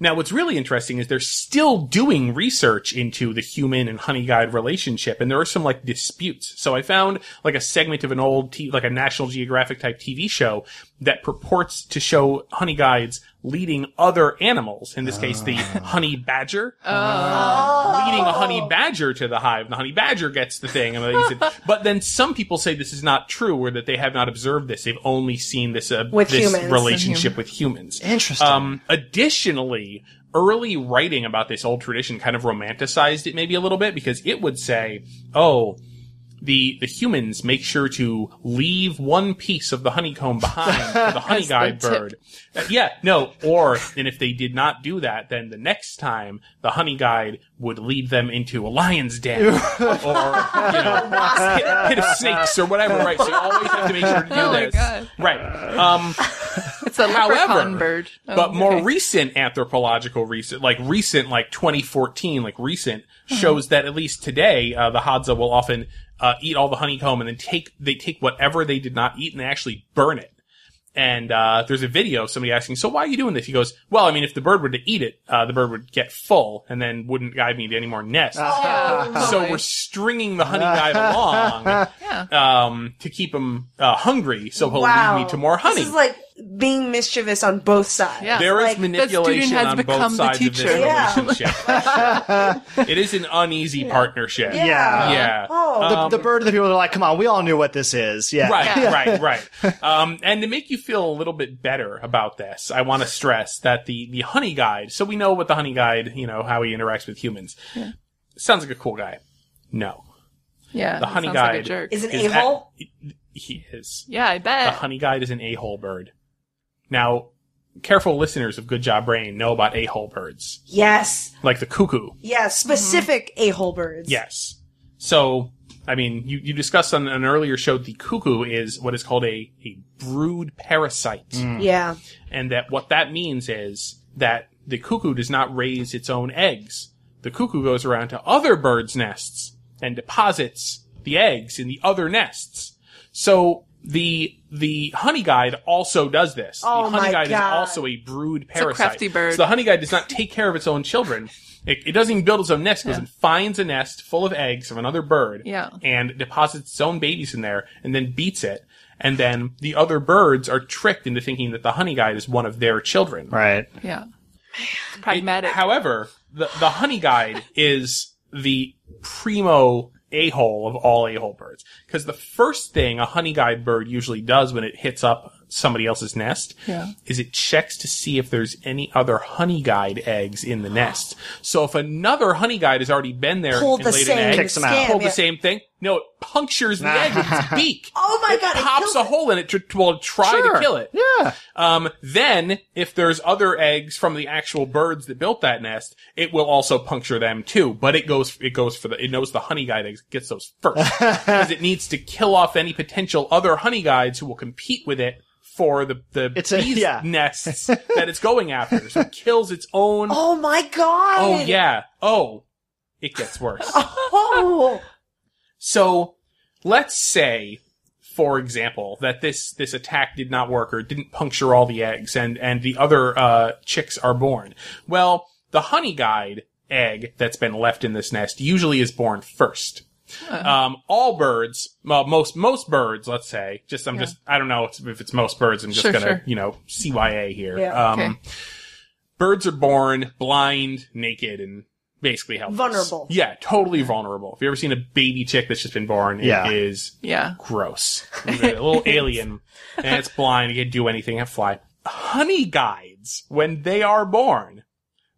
E: Now, what's really interesting is they're still doing research into the human and honey guide relationship, and there are some like disputes. So I found like a segment of an old, t- like a National Geographic type TV show that purports to show honey guides leading other animals. In this case, the honey badger
B: Oh.
E: Uh, leading a honey badger to the hive. The honey badger gets the thing, and
B: [LAUGHS]
E: they use it. But then some people say this is not true, or that they have not observed this. They've only seen this uh,
B: With
E: this
B: humans.
E: relationship with humans.
C: Interesting.
E: Um, additionally, early writing about this old tradition kind of romanticized it maybe a little bit because it would say, "Oh." The, the humans make sure to leave one piece of the honeycomb behind for
D: [LAUGHS]
E: the honey guide
D: tip.
E: bird. Uh, yeah, no, or, and if they did not do that, then the next time the honey guide would lead them into a
D: [LAUGHS]
E: lion's den or, you know, pit, pit of snakes or whatever, right? So you always have to make sure to do
D: Oh my
E: this.
D: God.
E: Right. Um,
D: It's a leprechaun bird. Oh,
E: but more
D: okay.
E: recent anthropological recent, like recent, like 2014, like recent shows that at least today, uh, the Hadza will often, uh, eat all the honeycomb and then take, they take whatever they did not eat and they actually burn it. And, uh, there's a video of somebody asking, so why are you doing this? He goes, well, I mean, if the bird were to eat it, uh, the bird would get full and then wouldn't guide me to any more nests.
D: Yeah,
E: [LAUGHS] So
D: totally.
E: we're stringing the honey guide along,
D: Yeah.
E: um, to keep him, uh, hungry so he'll lead me to more honey.
B: This is like being mischievous on both sides.
D: Yeah.
E: There is
B: Like,
D: the
E: manipulation
D: student has
E: on both
D: become the
E: sides of this
D: teacher.
B: Yeah.
E: relationship.
D: [LAUGHS]
E: it is an uneasy partnership.
B: Yeah.
C: Yeah.
E: Yeah. Uh,
B: Oh.
C: The, the bird and the people are like, come on, we all knew what this is. Yeah.
E: Um, Right,
D: Yeah.
E: right, right. Um, and to make you feel a little bit better about this, I want to stress that the, the honey guide, so we know what the honey guide, you know, how he interacts with humans. Sounds like a cool guy. No.
D: Yeah.
E: The
D: that
E: honey
D: sounds
E: guide
D: Like a jerk.
B: is an
E: Is
B: a hole.
E: ac- he is.
D: yeah, I
E: The
D: bet.
E: honey guide is an a hole bird. Now, careful listeners of Good Job Brain know about a hole birds,
B: Yes.
E: like the cuckoo.
B: Yes. Specific a hole birds.
E: Yes. So, I mean, you, you discussed on an earlier show the cuckoo is what is called a, a brood parasite.
B: Yeah.
E: And that what that means is that the cuckoo does not raise its own eggs. The cuckoo goes around to other birds' nests and deposits the eggs in the other nests. So the the honey guide also does this.
B: Oh
E: the honey
B: my
E: guide
B: God.
E: is also a brood parasite.
D: crafty bird.
E: So the honey guide does not take care of its own children. It, it doesn't even build its own nest. It goes and finds a nest full of eggs from another bird
D: Yeah.
E: and deposits its own babies in there and then beats it. And then the other birds are tricked into thinking that the honey guide is one of their children.
C: Right. [LAUGHS]
D: yeah. It's
E: It-
D: pragmatic.
E: however, the, the honey guide is the primo a-hole of all a-hole birds. Because the first thing a honey guide bird usually does when it hits up somebody else's nest
D: Yeah.
E: is it checks to see if there's any other honey guide eggs in the nest. So if another honey guide has already been there
B: Pulled
E: and
B: the
E: laid
B: same
E: an egg,
C: Kicks 'em out.
B: scam,
E: pulled
B: yeah.
E: the same thing, No, it punctures the egg with
B: [LAUGHS]
E: its beak.
B: Oh my God, it
E: Pops
B: kills
E: a
B: it.
E: hole in it to, well, try
C: Sure.
E: to kill it.
C: Yeah.
E: Um, then, if there's other eggs from the actual birds that built that nest, it will also puncture them too. But it goes, it goes for the, it knows the honey guide eggs gets those
B: [LAUGHS]
E: first. Because it needs to kill off any potential other honey guides who will compete with it for the, the
C: It's a-
E: bees
C: yeah.
B: [LAUGHS]
E: nests that it's going after. So it kills its own. Oh,
B: Oh my god.
E: yeah. Oh, it
B: [LAUGHS]
E: gets worse.
B: Oh.
E: So let's say, for example, that this this attack did not work or didn't puncture all the eggs, and and the other uh, chicks are born. Well, the honey guide egg that's been left in this nest usually is born first. Um, all birds, well, most most birds, let's say, just I'm just I don't know if, if it's most birds. I'm just
D: Sure,
E: gonna
D: sure.
E: you know CYA here.
B: Yeah.
E: Um,
D: Okay.
E: Birds are born blind, naked, and basically helpless.
B: Vulnerable.
E: Yeah, totally vulnerable. If you ever seen a baby chick that's just been born, it is
C: Yeah.
D: Yeah.
E: gross. a little alien, and it's blind. It can do anything. It fly. Honey guides when they are born.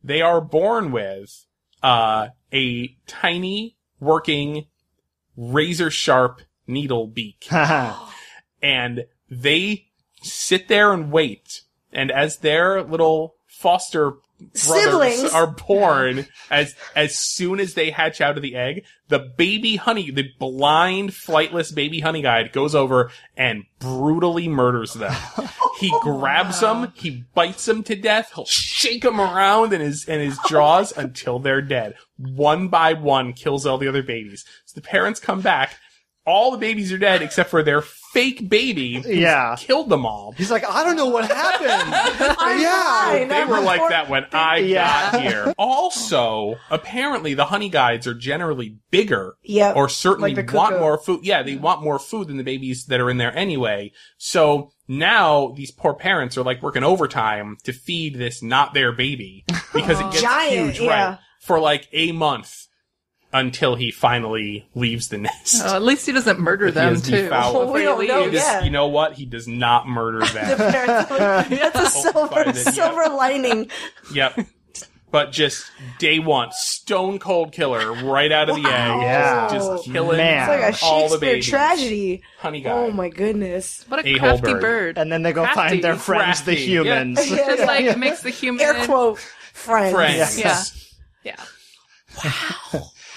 E: They are born with uh, a tiny working razor sharp needle beak and they sit there and wait. And as their little foster brothers
B: Siblings.
E: are born, as as soon as they hatch out of the egg, the baby honey, the blind, flightless baby honey guide goes over and brutally murders them. He grabs them, he bites them to death, he'll shake them around in his in his jaws until they're dead. One by one, kills all the other babies. So the parents come back. All the babies are dead except for their fake baby
C: Yeah.
E: killed them all.
C: He's like, I don't know what
E: [LAUGHS]
C: happened.
B: I'm
C: yeah.
B: fine.
E: They
B: I'm
E: were like
B: important.
E: that when I
C: Yeah.
E: got here. Also, apparently the honey guides are generally bigger.
B: Yep.
E: Or certainly
B: Like the
E: want
B: cuckoo.
E: more food. Yeah, they want more food than the babies that are in there anyway. So now these poor parents are like working overtime to feed this not
B: [LAUGHS]
E: their baby because it gets
B: Giant,
E: huge,
B: yeah.
E: right? For like a month until he finally leaves the nest.
D: Uh, at least he doesn't murder
E: He
D: them
E: is
D: too.
E: defiled.
B: Well, we
D: Before
B: don't
D: he
B: know
E: [LAUGHS] He
D: leaves.
E: just-
B: Oh, yeah.
E: You know what? He does not
B: [LAUGHS]
E: murder [LAUGHS] them.
B: That's a [LAUGHS]
E: by
B: silver
E: Oh, then, yeah.
B: silver lining.
E: Yep. But just day one, stone cold killer right out of the egg.
C: Yeah.
E: Just killing
C: Man.
B: It's like a
E: all the
B: Shakespeare
E: babies.
B: tragedy.
E: Honey guy.
B: Oh my goodness.
D: What a
E: A-hole
D: crafty
E: bird.
D: bird.
C: and then they go
D: Crafty.
C: find their friends, the
E: Crafty. Yeah. [LAUGHS]
B: [LAUGHS]
C: humans.
D: Just like makes the human
B: Air quote friends.
E: friends.
D: Yeah.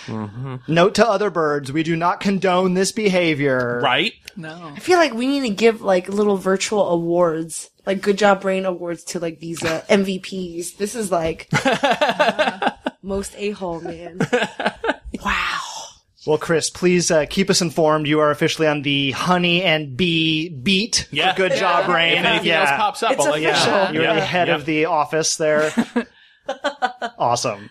D: Yeah.
C: Note to other birds: we do not condone this behavior.
E: Right?
D: No.
B: I feel like we need to give like little virtual awards, like good job brain awards to like these uh, MVPs. This is
E: [LAUGHS]
B: like most a hole man. wow.
C: Well, Chris, please uh, keep us informed. You are officially on the honey and bee beat.
E: Yeah.
C: Good job, Rain.
E: If anything
C: yeah.
E: else pops up,
B: It's
E: I'll let you
B: official.
E: know.
C: You're
E: Yeah.
C: the head
E: Yeah.
C: of the office
E: [LAUGHS]
C: there. awesome.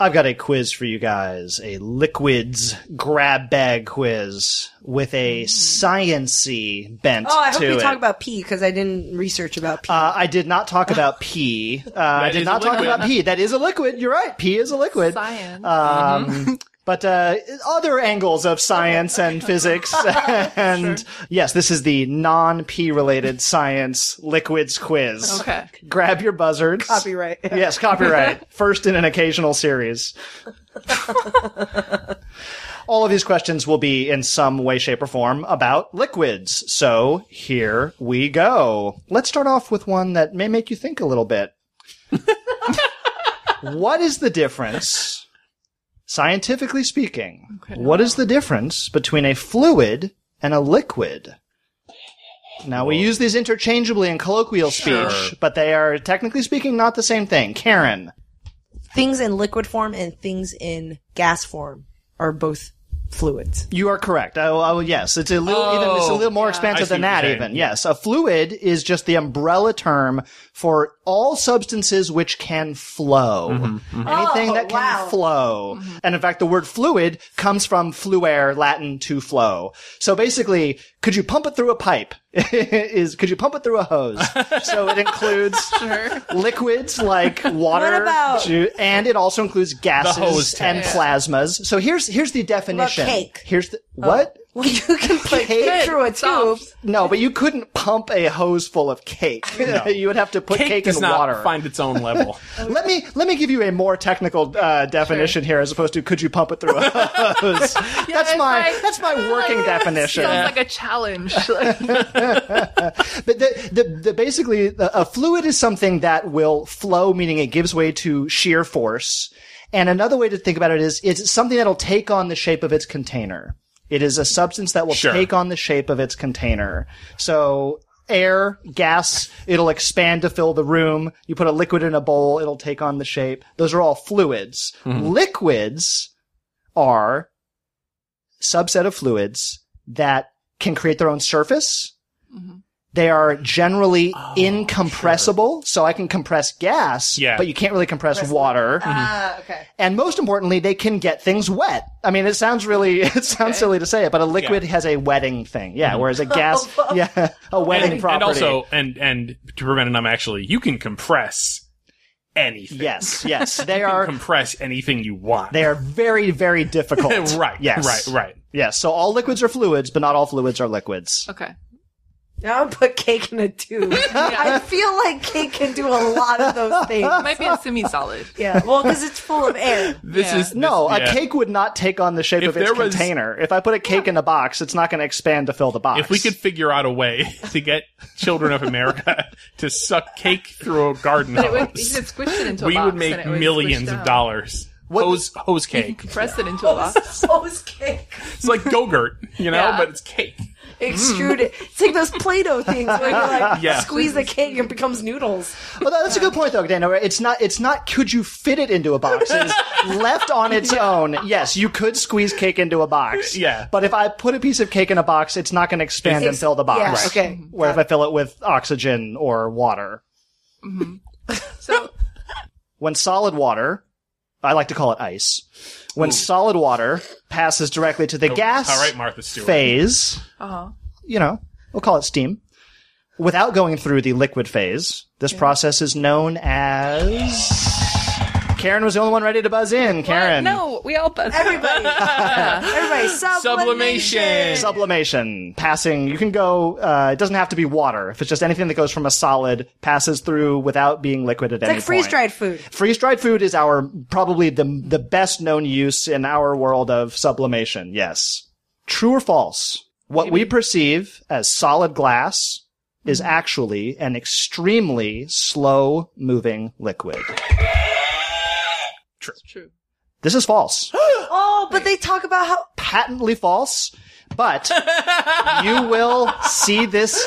C: I've got a quiz for you guys, a liquids grab bag quiz with a sciency bent
B: Mm. Oh, I hope
C: to
B: you
C: it.
B: talk about pee because I didn't research about pee.
C: uh, I did not talk
B: [LAUGHS]
C: about pee. Uh, I
E: That
C: did
E: is a
C: not talk
E: liquid.
C: about pee. That is a liquid. You're right. Pee is a liquid.
D: Science.
B: Mm-hmm. [LAUGHS]
C: Um, but uh, other angles of science and physics. and yes, this is the non pee related science liquids quiz.
D: Okay.
C: Grab your buzzards.
E: Uh,
B: Copyright. [LAUGHS]
C: Yes, copyright. First in an occasional series. All of these questions will be in some way, shape, or form about liquids. So here we go. Let's start off with one that may make you think a little bit. what is the difference, scientifically speaking, what is the difference between a fluid and a liquid? Now, we use these interchangeably in colloquial
E: Sure.
C: speech, but they are technically speaking not the same thing. Karen.
B: Things in liquid form and things in gas form are both fluids.
C: You are correct. Oh, oh yes, it's a little
E: Oh,
C: even, it's a little more
E: I
C: expansive
E: see
C: than
E: what you're
C: that.
E: saying.
C: Even yes, a fluid is just the umbrella term for all substances which can flow.
E: Mm-hmm,
C: Anything
B: Oh,
C: that can
B: wow. Mm-hmm.
C: flow, and in fact, the word fluid comes from fluere, Latin to flow. So basically, could you pump it through a pipe? [LAUGHS] is could you pump it through a hose? so
B: [LAUGHS]
C: it includes liquids like water,
B: about-
C: ju- and it also includes
E: hose
C: gases
E: test.
C: and plasmas. So here's here's the definition.
B: cake?
C: Here's the
E: Oh.
C: what?
B: Well, you can put
C: Cake?
B: cake through a tube.
D: Soft.
C: No, but you couldn't pump a hose full of
E: [LAUGHS]
C: cake. you would have to put
E: Cake,
C: cake,
E: does
C: in
E: not
C: water.
E: find its own
C: [LAUGHS]
E: level.
C: let me let me give you a more technical uh, definition here, as opposed to could you pump it through
E: [LAUGHS]
C: a hose? that's
D: it's
C: my
D: like-
C: that's my working definition.
D: Sounds like a challenge.
C: [LAUGHS]
D: Like,
C: But the, the, the basically the, a fluid is something that will flow, meaning it gives way to sheer force. And another way to think about it is it's something that'll take on the shape of its container. It is a substance that will
E: Sure.
C: take on the shape of its container. So air, gas, it'll expand to fill the room. You put a liquid in a bowl, it'll take on the shape. Those are all fluids. Liquids are subset of fluids that can create their own surface. They are generally
E: Oh,
C: incompressible, so I can compress gas,
E: Yeah. Mm-hmm.
C: but you can't really compress water.
B: Ah, okay.
C: And most importantly, they can get things wet. I mean, it sounds really, [LAUGHS] it sounds silly to say it, but a liquid has a wetting thing. Yeah, whereas a gas, yeah, a wetting
E: Mm-hmm. and, and
C: property.
E: also, and and to prevent an um, actually, you can compress anything.
C: yes, yes, they
E: [LAUGHS] you can
C: are,
E: compress anything you want. [LAUGHS]
C: they are very, very difficult.
E: right.
C: Yes.
E: Right. Right.
C: Yes. So all liquids are fluids, but not all fluids are liquids.
D: okay.
B: Now I'll put cake in a tube. I feel like cake can do a lot of those things.
D: [LAUGHS] Might be a semi-solid.
B: Yeah, well, because it's full of air.
E: This
D: Yeah.
E: is this-
C: No,
E: yeah.
C: a cake would not take on the shape
E: If
C: of its
E: there was-
C: container. If I put a cake in a box, it's not going to expand to fill the box.
E: If we could figure out a way [LAUGHS] to get children of America [LAUGHS] to suck cake through a garden
D: It would, you
E: hose,
D: could squish it into a
E: we
D: box
E: would
D: and
E: make
D: it would
E: millions
D: squish
E: of
D: down.
E: dollars. Hose,
C: [LAUGHS]
E: hose cake.
D: Press it into a box.
B: [LAUGHS] So is cake.
E: It's like Gogurt, you know,
D: Yeah.
E: but it's cake.
B: Extrude it. It's like those Play-Doh things where you like
E: Yeah.
B: squeeze the cake and it becomes noodles.
C: Well, that's a good point, though, Dana. It's not. It's not. Could you fit it into a box? It
E: [LAUGHS]
C: is left on its own. Yes, you could squeeze cake into a box.
E: Yeah.
C: But if I put a piece of cake in a box, it's not going to expand and fill the box.
B: Yeah, okay.
C: Where if I fill it with oxygen or water, [LAUGHS]
D: So
C: when solid water, I like to call it ice. When solid water passes directly to the gas
E: Oh, All right, Martha Stewart.
C: phase,
D: Uh-huh.
C: you know, we'll call it steam, without going through the liquid phase. This process is known as. Karen was the only one ready to buzz in. Karen.
D: no, we all buzz. [LAUGHS]
B: Everybody, everybody, sublimation.
E: Sublimation.
C: Sublimation, passing. You can go. Uh, it doesn't have to be water. If it's just anything that goes from a solid, passes through without being liquid at
B: It's like
C: any point.
B: freeze dried food.
C: Freeze dried food is our probably the the best known use in our world of sublimation. Yes. True or false? What we perceive as solid glass is
E: Mm-hmm.
C: actually an extremely slow moving liquid.
D: True.
C: This is false.
E: [GASPS]
B: Oh, but they talk about how
C: Patently false. But
E: [LAUGHS]
C: you will see this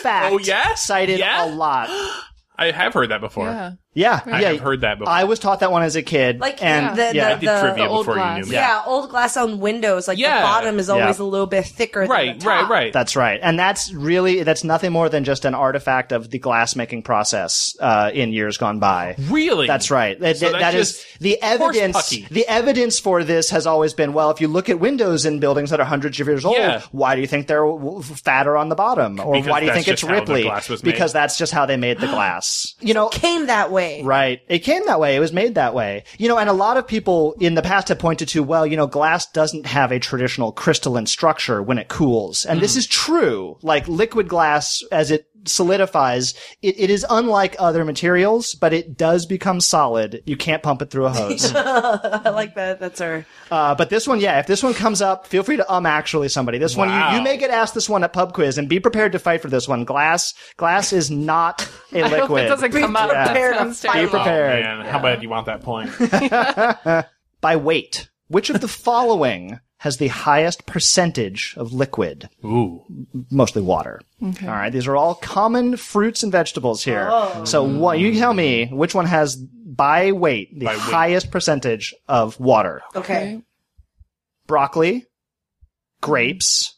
C: fact
E: Oh, yeah?
C: cited
E: Yeah?
C: a lot.
E: [GASPS] I have heard that before.
D: Yeah.
C: Yeah,
E: I
C: yeah.
E: have heard that before.
C: I was taught that one as a kid.
B: Like,
C: and
B: the-
C: yeah.
E: I did
B: the-
E: trivia
D: the old
E: before you
D: glass.
E: knew me.
B: yeah, old glass on windows, like
E: Yeah.
B: the bottom is always
C: Yeah.
B: a little bit thicker. than
E: Right,
B: the
E: right,
B: top.
E: right.
C: That's right. And that's really, that's nothing more than just an artifact of the glass making process, uh, in years gone by.
E: really?
C: That's right. That-
E: Hmm. So
C: that- that
E: that's
C: is
E: just
C: the
E: horse
C: evidence.
E: pucky.
C: The evidence for this has always been, well, if you look at windows in buildings that are hundreds of years old,
E: Yeah.
C: why do you think they're w- fatter on the bottom? Or
E: Because
C: why do you
E: that's
C: think it's
E: just how the
C: Ripley?
E: glass was made.
C: Because that's just how they made the glass. You know,
B: Came that way.
C: Right. It came that way. It was made that way. You know, and a lot of people in the past have pointed to, well, you know, glass doesn't have a traditional crystalline structure when it cools. And this is true. Like liquid glass, as it solidifies, it, it is unlike other materials, but it does become solid. You can't pump it through a hose.
B: I like that. That's our.
C: Uh, but this one, yeah, if this one comes up, feel free to um actually somebody. This one,
E: Wow.
C: you, you may get asked this one at pub quiz and be prepared to fight for this one. Glass, glass is not a
D: I hope
C: liquid.
D: it doesn't come out.
C: Yeah.
D: That
B: Prepare to
D: sounds
B: fight.
D: terrible.
C: Be prepared.
E: Oh, man. How bad do you want that
C: [LAUGHS]
E: point?
C: by weight. Which of the following has the highest percentage of liquid?
E: Ooh.
C: Mostly water. Okay. All right. These are all common fruits and vegetables here. So what, you tell me which one has by weight the
E: By weight.
C: highest percentage of water?
B: Okay.
C: Broccoli, grapes,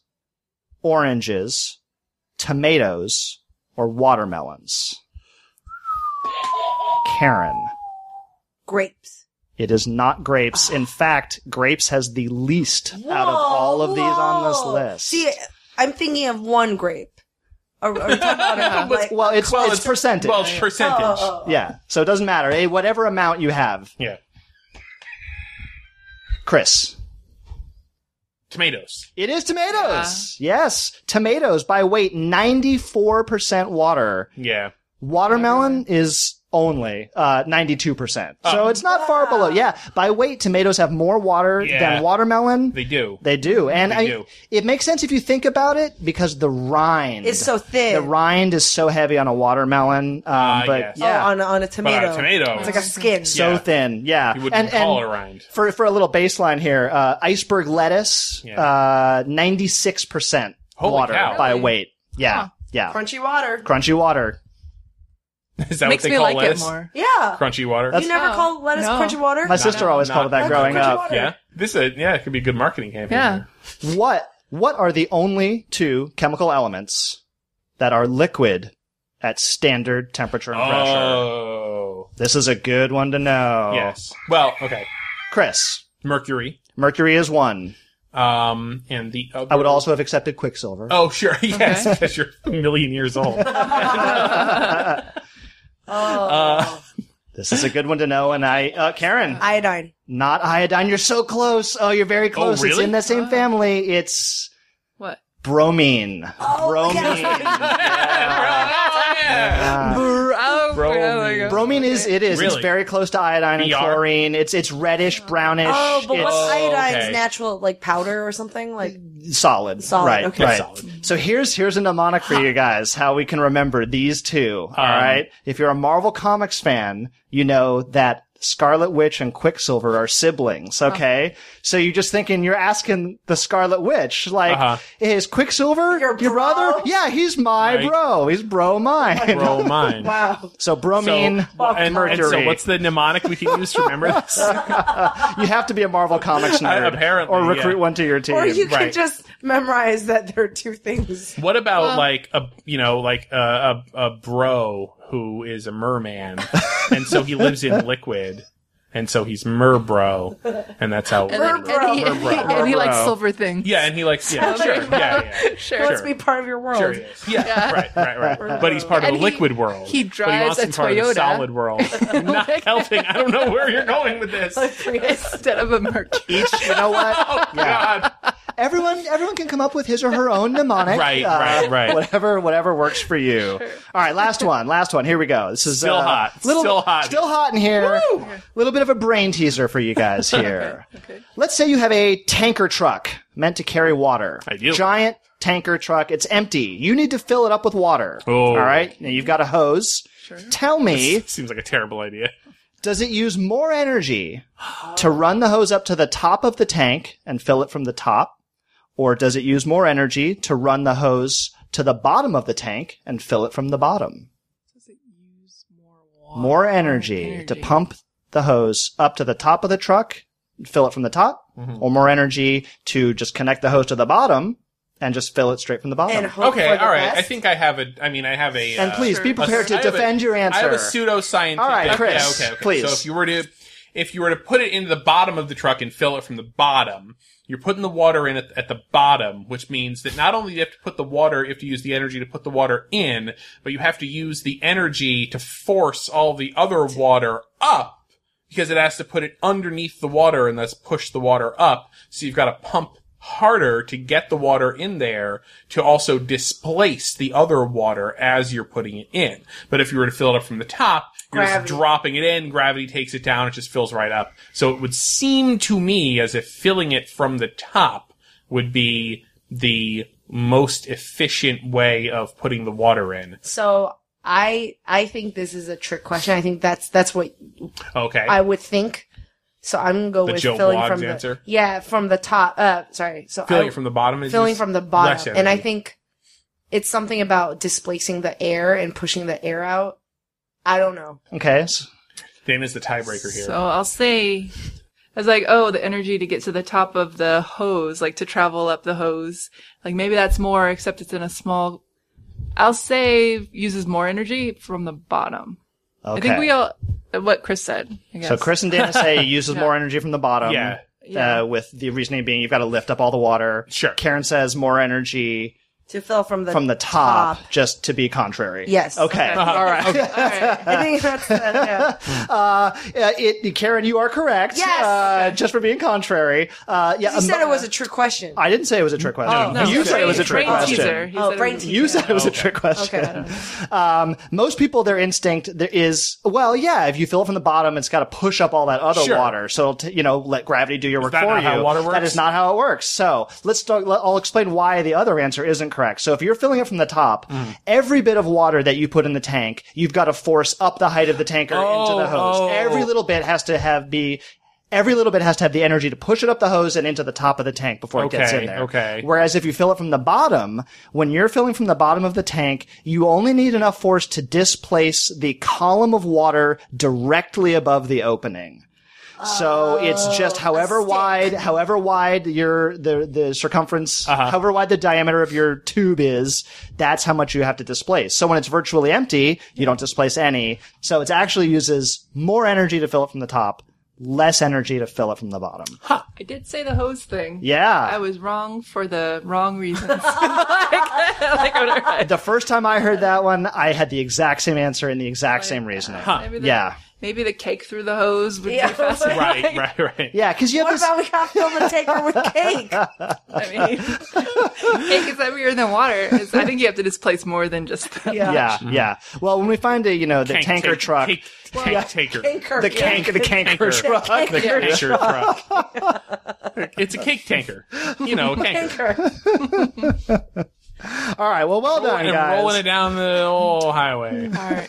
C: oranges, tomatoes, or watermelons? Karen.
B: Grapes.
C: It is not
B: Ah.
C: grapes. In fact, grapes has the least out of all of these on this
B: Whoa.
C: list.
B: See, I'm thinking of one grape. Are, are we talking about like,
C: well, it's,
E: Well,
C: it's, percentage.
E: Well, it's percentage.
D: Oh,
C: yeah. So it doesn't matter. Eh, whatever amount you have.
E: Yeah.
C: Chris.
E: Tomatoes.
C: It is tomatoes. Yes. Tomatoes by weight 94% water.
E: Yeah.
C: Watermelon is only uh, 92%.
E: Oh.
C: So it's not far below. Yeah. By weight, tomatoes have more water
E: Yeah.
C: than watermelon.
E: They do.
C: They do. And
E: They
C: I,
E: do.
C: it makes sense if you think about it because the rind
B: it's so thin.
C: The rind is so heavy on a watermelon. Um,
E: Ah,
C: but
E: yes.
C: yeah.
B: oh, on, a- on a
E: But
B: tomato.
E: on a tomato,
B: It's like a skin.
C: so
E: Yeah.
C: thin, yeah.
E: You wouldn't
C: and,
E: call
C: and
E: it rind. [LAUGHS]
C: For for a little baseline here, uh, iceberg lettuce,
E: Yeah.
C: uh, ninety six percent
E: Holy
C: water
E: cow.
C: by weight. Yeah, yeah.
B: Crunchy water.
C: Crunchy water.
E: is that
D: Makes
E: what they
D: me
E: call
D: like
E: lettuce?
D: it more.
B: Yeah.
E: Crunchy water.
B: you never
D: Oh,
B: call lettuce
D: no.
B: crunchy water?
C: My sister always called it that
E: not-
C: growing up.
E: yeah. This is a, yeah, it could be a good marketing campaign.
D: Yeah.
C: What what are the only two chemical elements that are liquid at standard temperature and pressure?
E: Oh.
C: This is a good one to know.
E: Yes. Well, okay.
C: Chris,
E: Mercury.
C: mercury is one.
E: Um, and the other.
C: I would also have accepted quicksilver.
E: Oh, sure. [LAUGHS] Yes, because you're a million
C: [LAUGHS]
E: years old. Uh,
C: This is a good one to know. And I, uh, Karen,
B: Iodine.
C: not iodine. You're so close. Oh, you're very close. It's
E: really?
C: in the
B: Oh.
C: same family. It's
D: What?
C: bromine. bromine.
B: [LAUGHS]
D: Oh,
E: Bro-
D: yeah, there you go.
C: Bromine is it is it's
E: Really?
C: very close to iodine and
E: BR?
C: chlorine. It's it's reddish, brownish.
B: Oh, but what's
E: Oh,
B: iodine's
E: okay. Mm.
B: natural, like powder or something? Like
C: it's solid.
B: Solid,
C: Right.
B: okay.
C: Right.
E: Solid.
C: So here's here's a mnemonic for you guys how we can remember these two.
E: Um,
C: All right. If you're a Marvel Comics fan, you know that Scarlet Witch and Quicksilver are siblings.
B: Uh-huh.
C: Okay. So you're just thinking you're asking the Scarlet Witch like,
E: Uh-huh.
C: is Quicksilver
B: Your
C: your,
B: bro?
C: brother? Yeah, he's my
E: Right.
C: bro. He's bro mine.
E: Bro, mine.
B: wow.
C: [LAUGHS] So bromine,
E: well, and, and so
C: mercury.
E: what's the mnemonic we can use
B: [LAUGHS]
E: to remember this?
C: [LAUGHS] you have to be a Marvel
E: [LAUGHS]
C: Comics nerd,
E: Apparently,
C: or recruit
E: yeah.
C: one to your team.
B: Or you could
E: Right.
B: just memorize that there are two things. Um,
E: What about like a you know like a, a a bro who is
B: [LAUGHS]
E: a merman, and so he lives in liquid, and so he's merbro, and that's how.
D: And, then,
B: Bro,
D: and he,
E: bro, bro,
D: and he
C: bro.
D: likes silver things.
E: yeah, and he likes yeah, sure, yeah, yeah,
D: Sure.
B: He wants to be part of your world.
E: sure, he is. Oh, yeah, right,
D: [LAUGHS]
E: right, right. But he's part
D: And
E: of
D: he-
E: the liquid world.
D: he
E: But he wants
D: drives a
E: to be part of the
D: Toyota.
E: solid
D: [LAUGHS]
E: world. You're not helping. I don't know where you're going with this. Oh,
D: Instead of a mercury.
C: Each, you know
D: [LAUGHS]
C: what?
E: God.
C: everyone everyone can come up with his or her own mnemonic. uh,
E: Right, right, right.
C: Whatever whatever works for you. All right, last one, last one. Here we go. This is
E: Still
C: uh,
E: hot.
C: Little,
E: Still hot.
C: Still hot in here. A little bit of a brain teaser for you guys here. Let's say you have a tanker truck meant to carry water.
E: I do.
C: Giant tanker truck. It's empty. You need to fill it up with water.
E: Oh.
C: All right. Now you've got a hose. Tell me,
E: Seems like a terrible idea.
C: does it use more energy to run the hose up to the top of the tank and fill it from the top? Or does it use more energy to run the hose to the bottom of the tank and fill it from the bottom? More energy, to pump the hose up to the top of the truck, and fill it from the top,
D: Mm-hmm.
C: or more energy to just connect the hose to the bottom and just fill it straight from the bottom.
B: And
C: And,
B: hope
E: okay,
B: for the
E: all right. I
B: best.
E: think I have a. I mean, I have a. uh,
C: please be
E: a-
C: prepared
E: I
C: to
E: have a-
C: defend your answer.
E: I have a pseudoscientific.
C: All right, Chris,
E: yeah, okay, okay.
C: please.
E: So if you were to, if you were to put it into the bottom of the truck and fill it from the bottom, you're putting the water in at, at the bottom, which means that not only do you have to put the water, you have to use the energy to put the water in, but you have to use the energy to force all the other water up. Because it has to put it underneath the water and thus push the water up. So you've got to pump harder to get the water in there to also displace the other water as you're putting it in. But if you were to fill it up from the top, you're
B: Gravity.
E: just dropping it in, gravity takes it down, it just fills right up. So it would seem to me as if filling it from the top would be the most efficient way of putting the water in.
B: so. I I think this is a trick question. I think that's that's what
E: Okay.
B: I would think. So I'm gonna go
E: The
B: with
E: Joe
B: filling
E: Bloggs
B: from the
E: answer?
B: yeah from the top. Uh, sorry. So I-
E: filling it from the bottom is
B: filling
E: just
B: from the
E: less
B: bottom, and I
E: energy.
B: think it's something about displacing the air and pushing the air out. I don't know.
C: okay. s-
E: [LAUGHS] Dana's the tiebreaker here.
D: So I'll say I was like, oh, the energy to get to the top of the hose, like to travel up the hose. Like maybe that's more, except it's in a small, I'll say uses more energy from the bottom.
C: Okay.
D: I think we all, what Chris said, I guess.
C: So Chris and Dana say
B: [LAUGHS]
C: he uses more energy from the bottom.
E: Yeah.
D: Yeah.
C: Uh, with the reasoning being you've got to lift up all the water.
E: Sure.
C: Karen says more energy
B: to fill from the
C: from the top, just to be contrary.
B: Yes.
C: Okay.
D: all right. All right.
B: I think that's uh,
C: [LAUGHS]
B: yeah.
C: Uh, it, Karen, you are correct.
B: Yes!
C: Uh, just for being contrary. Uh, yeah.
B: You said
C: um,
B: it was a trick question.
C: I didn't say it was a trick question.
B: Oh,
D: No,
C: [LAUGHS] you
D: it's
C: said it was a
D: brain-
C: trick
D: brain
C: question.
D: Teaser. He
B: Oh,
D: said it
B: brain
D: was-
B: teaser.
C: You said it was a trick question. Um, most people, their instinct there is, well, yeah, if you fill it from the bottom, it's got to push up all that other
E: Sure.
C: water. So, it'll t- you know, let gravity do your work
E: that
C: for
E: not
C: you.
E: how water
C: That
E: works?
C: is not how it works. So let's talk, let- I'll explain why the other answer isn't correct. So if you're filling it from the top,
E: Mm.
C: every bit of water that you put in the tank, you've got to force up the height of the tanker into the
E: Oh,
C: hose.
E: oh.
C: Every little bit has to have be, Every little bit has to have the energy to push it up the hose and into the top of the tank before it gets
E: Okay,
C: in there.
E: okay.
C: Whereas if you fill it from the bottom, when you're filling from the bottom of the tank, you only need enough force to displace the column of water directly above the opening. So it's just however wide, however wide your the the circumference,
E: Uh-huh.
C: however wide the diameter of your tube is, that's how much you have to displace. So when it's virtually empty, you don't displace any. So it actually uses more energy to fill it from the top, less energy to fill it from the bottom.
D: I did say the hose thing.
C: Yeah.
D: I was wrong for the wrong reasons. [LAUGHS] like, like, whatever.
C: The first time I heard that one, I had the exact same answer and the exact same reasoning.
D: Maybe the,
C: Yeah.
D: Maybe the cake through the hose would
B: Yeah.
D: be faster.
E: right, right, right.
C: Yeah, because you have
B: what
C: this.
B: about we got to fill the taker with
C: [LAUGHS]
B: cake?
D: I mean, [LAUGHS] cake is heavier than water. It's, I think you have to displace more than just the,
C: yeah, yeah. Well, when we find a, you know, the
E: Tank
C: tanker
E: take-
C: truck,
E: Tank, tank taker.
B: Tanker.
C: the
E: [LAUGHS]
C: cank, the canker truck.
E: The canker truck. It's a cake tanker. You know, a tanker.
B: Tanker.
C: All right, well, well done,
E: And
C: guys.
E: rolling it down the old highway.
D: All right.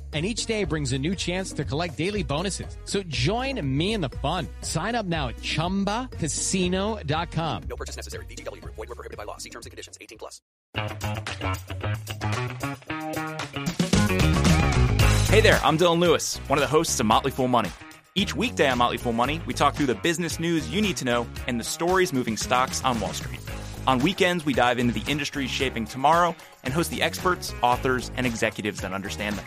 H: And each day brings a new chance to collect daily bonuses. So join me in the fun. Sign up now at chumbacasino.com.
I: Hey there, I'm Dylan Lewis, one of the hosts of Motley Fool Money. Each weekday on Motley Fool Money, we talk through the business news you need to know and the stories moving stocks on Wall Street. On weekends, we dive into the industries shaping tomorrow and host the experts, authors, and executives that understand them.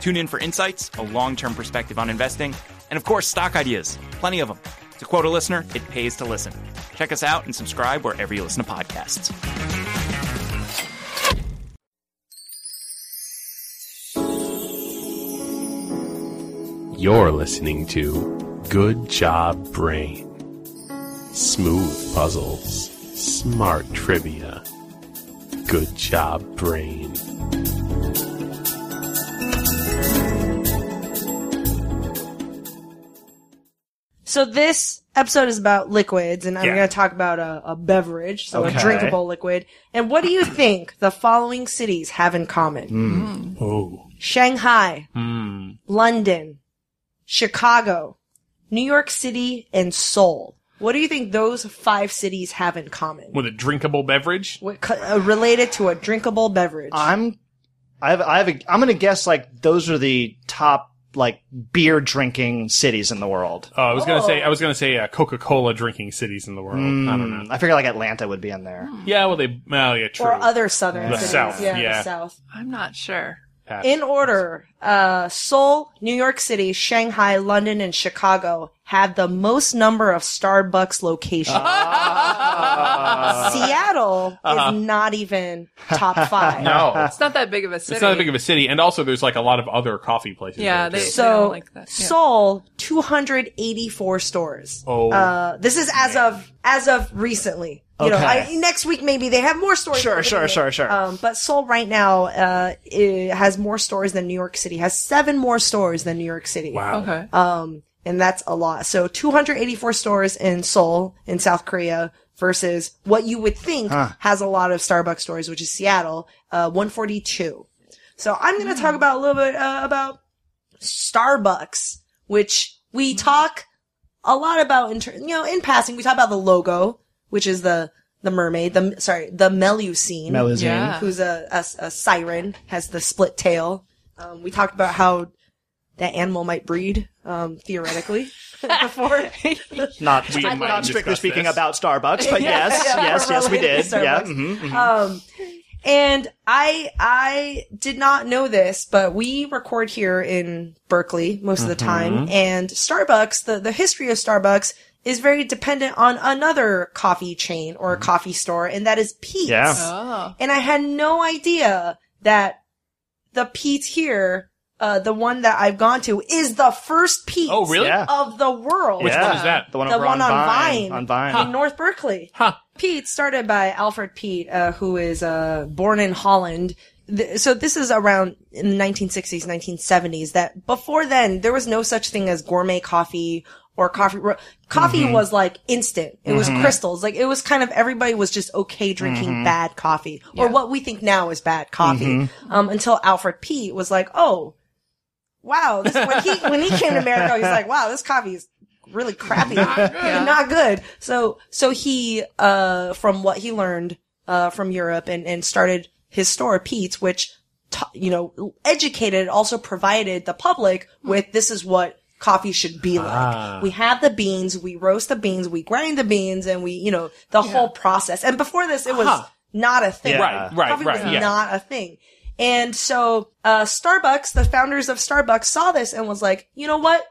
I: Tune in for insights, a long term perspective on investing, and of course, stock ideas. Plenty of them. To quote a listener, it pays to listen. Check us out and subscribe wherever you listen to podcasts.
J: You're listening to Good Job Brain. Smooth puzzles, smart trivia. Good Job Brain.
B: So this episode is about liquids, and I'm
E: Yeah.
B: going to talk about a, a beverage, so
C: Okay.
B: a drinkable liquid. And what do you think the following cities have in common?
E: Oh.
B: Shanghai,
E: Hmm.
B: London, Chicago, New York City, and Seoul. What do you think those five cities have in common?
E: With a drinkable beverage?
B: What co- uh, related to a drinkable beverage?
C: I'm, I have, I have, a, I'm gonna guess like those are the top like beer drinking cities in the world.
E: Oh, I was gonna say I was gonna say uh, Coca Cola drinking cities in the world. I don't know.
C: Hmm, I figure like Atlanta would be in there.
E: Yeah, well they well yeah true.
B: or other southern
E: The
B: cities.
E: South,
B: the
E: yeah.
B: south.
D: I'm not sure.
E: Pass.
B: In order, uh, Seoul, New York City, Shanghai, London, and Chicago had the most number of Starbucks locations.
E: Ah.
B: Seattle is not even top five.
E: Uh-huh.
D: [LAUGHS]
E: [LAUGHS] no.
D: It's not that big of a city.
E: It's not that big of a city, and also there's like a lot of other coffee places.
D: Yeah,
E: there,
D: they-
E: too.
B: So
D: don't like that. Yeah.
B: Seoul, 284 stores.
E: Oh.
B: Uh, this is as of as of recently. You know,
C: Okay.
B: I, next week maybe they have more stores.
C: Sure, sure, sure, sure.
B: Um, but Seoul right now uh, i- has more stores than New York City. Has seven more stores than New York City.
E: wow.
D: Okay.
B: Um, and that's a lot. So 284 stores in Seoul in South Korea versus what you would think has a lot of Starbucks stores, which is Seattle, uh, 142. So I'm going to talk about a little bit uh, about Starbucks, which we talk a lot about in ter- you know in passing. We talk about the logo, which is the the mermaid. The sorry, the Melusine,
C: Melusine. Yeah.
B: who's a, a a siren, has the split tail. Um, we talked about how that animal might breed um, theoretically before. [LAUGHS]
C: Not,
E: We
C: not
E: might
C: strictly
E: discuss
C: speaking
E: this.
C: about Starbucks,
B: [LAUGHS]
C: but
B: Yeah,
C: yes,
B: yeah,
C: yes, yes, we did.
B: related to
C: Yeah.
B: Starbucks.
C: mhm, mhm.
B: um, and I I did not know this, but we record here in Berkeley most of the time, and Starbucks the the history of Starbucks is very dependent on another coffee chain or coffee store, and that is Pete's.
C: Yeah.
D: Oh. [LAUGHS]
B: And I had no idea that the Pete's here, uh, the one that I've gone to, is the first Pete's
E: Oh, really?
C: Yeah.
B: of the world.
E: Which
C: Yeah.
E: one is that?
C: The one
B: the
C: over
B: one
C: on
B: on
C: Vine.
B: Vine,
C: On Vine.
B: in North Berkeley.
E: Huh.
B: Pete started by Alfred Pete, uh, who is uh, born in Holland. Th- so this is around in the 1960s, 1970s. That before then there was no such thing as gourmet coffee or coffee. ro- Coffee was like instant. It was crystals. Like it was kind of everybody was just okay drinking bad coffee or what we think now is bad coffee. Um, until Alfred Pete was like, oh. Wow, this, when he when he came to America, he's like, "Wow, this coffee is really crappy, [LAUGHS] not good. So, so he, uh, from what he learned, uh, from Europe and, and started his store, Pete's, which, ta you know, educated, also provided the public with this is what coffee should be like. We have the beans, we roast the beans, we grind the beans, and we, you know, the whole process. And before this, it was not a thing.
C: Yeah.
E: Right, right,
B: Coffee
E: right,
B: was
E: yeah.
B: not a thing. And so, uh, Starbucks, the founders of Starbucks saw this and was like, you know what?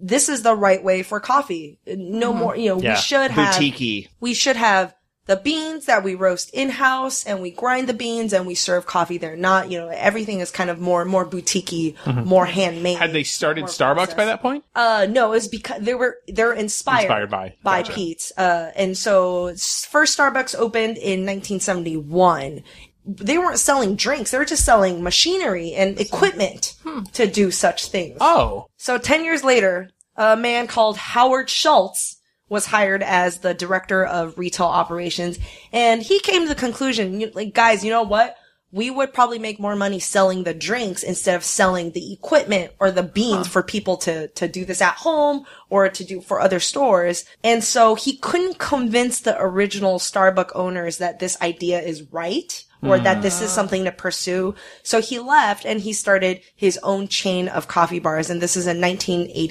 B: This is the right way for coffee. No
E: Mm-hmm.
B: more, you know,
C: Yeah.
B: we should have,
C: Boutique-y.
B: we should have the beans that we roast in house and we grind the beans and we serve coffee. They're not, you know, everything is kind of more, more boutique
C: Mm-hmm.
B: more handmade.
E: Had they started Starbucks by that point?
B: Uh, no, it's because they were they're inspired,
E: Inspired by.
B: by
E: Gotcha.
B: Pete's. Uh, and so s- first Starbucks opened in 1971. They weren't selling drinks; they were just selling machinery and equipment to do such things.
E: Oh,
B: So ten years later, a man called Howard Schultz was hired as the director of retail operations, and he came to the conclusion, you- like, guys, you know what? We would probably make more money selling the drinks instead of selling the equipment or the beans for people to, to do this at home or to do for other stores. And so he couldn't convince the original Starbucks owners that this idea is right or that this is something to pursue. So he left and he started his own chain of coffee bars. And this is in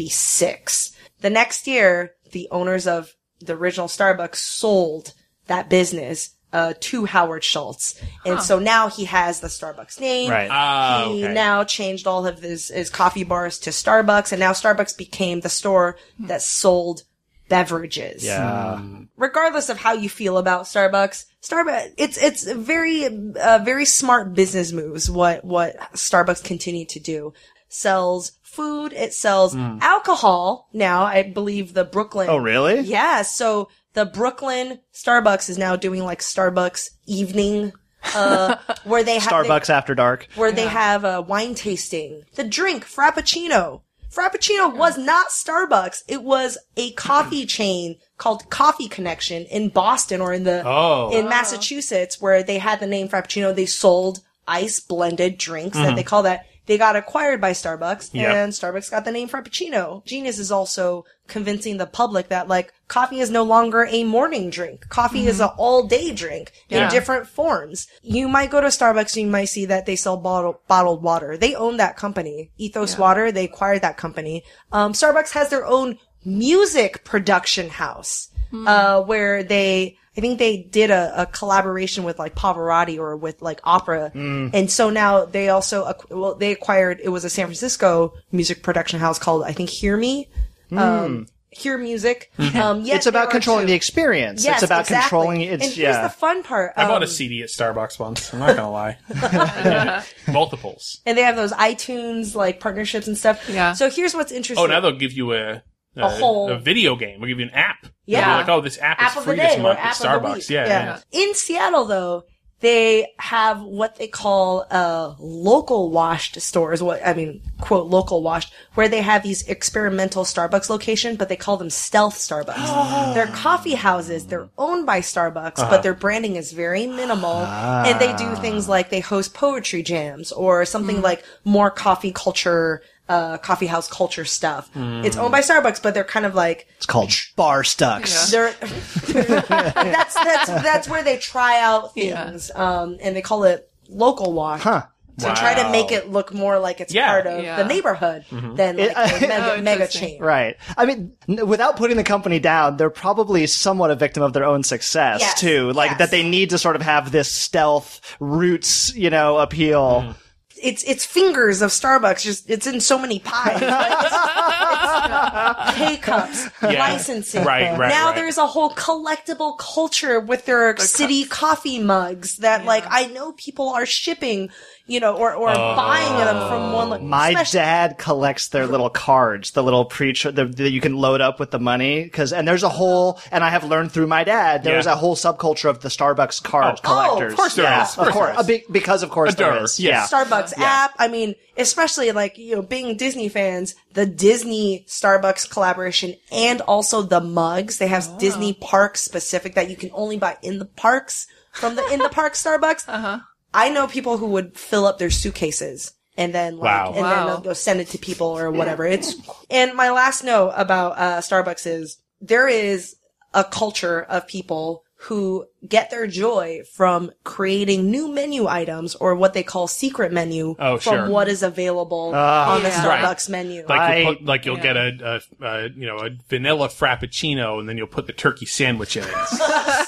B: 1986. The next year, the owners of the original Starbucks sold that business uh, to Howard Schultz. And so now he has the Starbucks name.
C: Right.
E: Ah,
B: he
E: okay.
B: now changed all of his, his coffee bars to Starbucks. And now Starbucks became the store
E: Hmm.
B: that sold beverages
C: Yeah.
B: regardless of how you feel about Starbucks, Starbucks it's it's very uh, very smart business moves what what Starbucks continued to do. Sells food, it sells alcohol. Now I believe the Brooklyn
C: Hmm. Oh, really?
B: yeah, so the Brooklyn Starbucks is now doing like Starbucks evening
C: [LAUGHS]
B: uh where they have
C: Starbucks after dark.
B: where they have uh, wine tasting. The drink, Frappuccino. Frappuccino was not Starbucks. It was a
E: [CLEARS THROAT]
B: coffee chain called Coffee Connection in Boston or in the
E: Oh.
B: in Massachusetts where they had the name Frappuccino. They sold ice blended drinks that
E: Mm-hmm.
B: they call that. They got acquired by Starbucks
C: Yeah.
B: and Starbucks got the name Frappuccino. Genius is also convincing the public that like coffee is no longer a morning drink. Coffee is an
E: Mm-hmm.
B: all day drink in different forms. You might go to Starbucks and you might see that they sell bottle, bottled water. They own that company. Ethos Water, they acquired that company. Um, Starbucks has their own music production house,
C: Hmm.
B: uh, where they, I think they did a, a collaboration with like Pavarotti or with like opera.
C: Hmm.
B: And so now they also, ac- well, they acquired, it was a San Francisco music production house called, I think, Hear Me. Um, Hear music. Um, yet
C: Hmm. It's about
B: there are
C: controlling
B: two-
C: the experience.
B: Yes,
C: it's about
B: exactly.
C: controlling it's
B: and here's
C: yeah.
B: the fun part.
E: I bought a
B: um,
E: CD at Starbucks once. I'm not gonna lie. Multiples.
B: and they have those iTunes like partnerships and stuff.
D: Yeah.
B: So here's what's interesting.
E: Oh, now they'll give you a a,
B: whole-
E: a video game. We'll give you an app. They'll be
B: Yeah.
E: like, oh, this app,
B: app
E: is
B: of the
E: free this
B: day or
E: month at
B: app of the
E: Starbucks.
B: week.
E: yeah, yeah.
B: In Seattle though, they have what they call uh, local washed stores. What I mean, quote local washed, where they have these experimental Starbucks location, but they call them stealth
E: [GASPS]
B: Starbucks. they're coffee houses. They're owned by Starbucks,
G: Uh-huh.
B: but their branding is very minimal,
E: Ah.
B: and they do things like they host poetry jams or something
E: Hmm.
G: Mm.
B: like more coffee culture. Uh, coffee house culture stuff.
E: Hmm.
B: It's
C: Mm.
B: owned by Starbucks, but they're kind of like
C: It's called Bar Stucks.
B: they're, [LAUGHS] that's that's that's where they try out things, um, and they call it local wash.
C: Huh.
B: To try to
C: Wow.
B: make it look more like it's
C: Yeah.
B: part of
C: Yeah.
B: the neighborhood
C: Mhm.
B: than like
C: It-
B: the mega, mega chain.
C: Right. I mean, n- without putting the company down, they're probably somewhat a victim of their own success
B: Yes,
C: too. Like that they need to sort of have this stealth roots, you know, appeal.
B: Mm-hmm. It's it's fingers of Starbucks. Just it's in so many pies. It's K cups,
G: Yeah.
B: licensing.
G: Right, right,
B: now
G: right.
B: there's a whole collectible culture with their city coffee mugs that, like, I know people are shipping, you know, or or buying them from one. Like,
C: My dad collects their little cards, the little preacher the, that you can load up with the money. Because and there's a whole, and I have learned through my dad, there's
E: Yeah. Oh,
C: a whole subculture of the Starbucks card collectors.
E: of course there
C: Yeah,
E: is. Of course
C: course,
E: there is.
C: Uh, be- because of course there
E: Adore,
C: is.
E: yes.
C: Yeah.
B: Starbucks app. I mean, especially like, you know, being Disney fans, the Disney Starbucks collaboration and also the mugs. They have Disney park specific that you can only buy in the parks from the in the park Starbucks. Uh-huh. I know people who would fill up their suitcases and then like,
G: Wow.
B: and
G: Wow.
B: then they'll, they'll send it to people or whatever. It's, and my last note about, uh, Starbucks is there is a culture of people who get their joy from creating new menu items or what they call secret menu
E: Oh,
B: from
E: sure.
B: what is available
E: Ah,
B: on the
E: yeah.
B: Starbucks
E: Right.
B: menu.
E: Like you'll put, like you'll get a, a, a you know a vanilla frappuccino and then you'll put the turkey sandwich
B: [LAUGHS]
E: in it.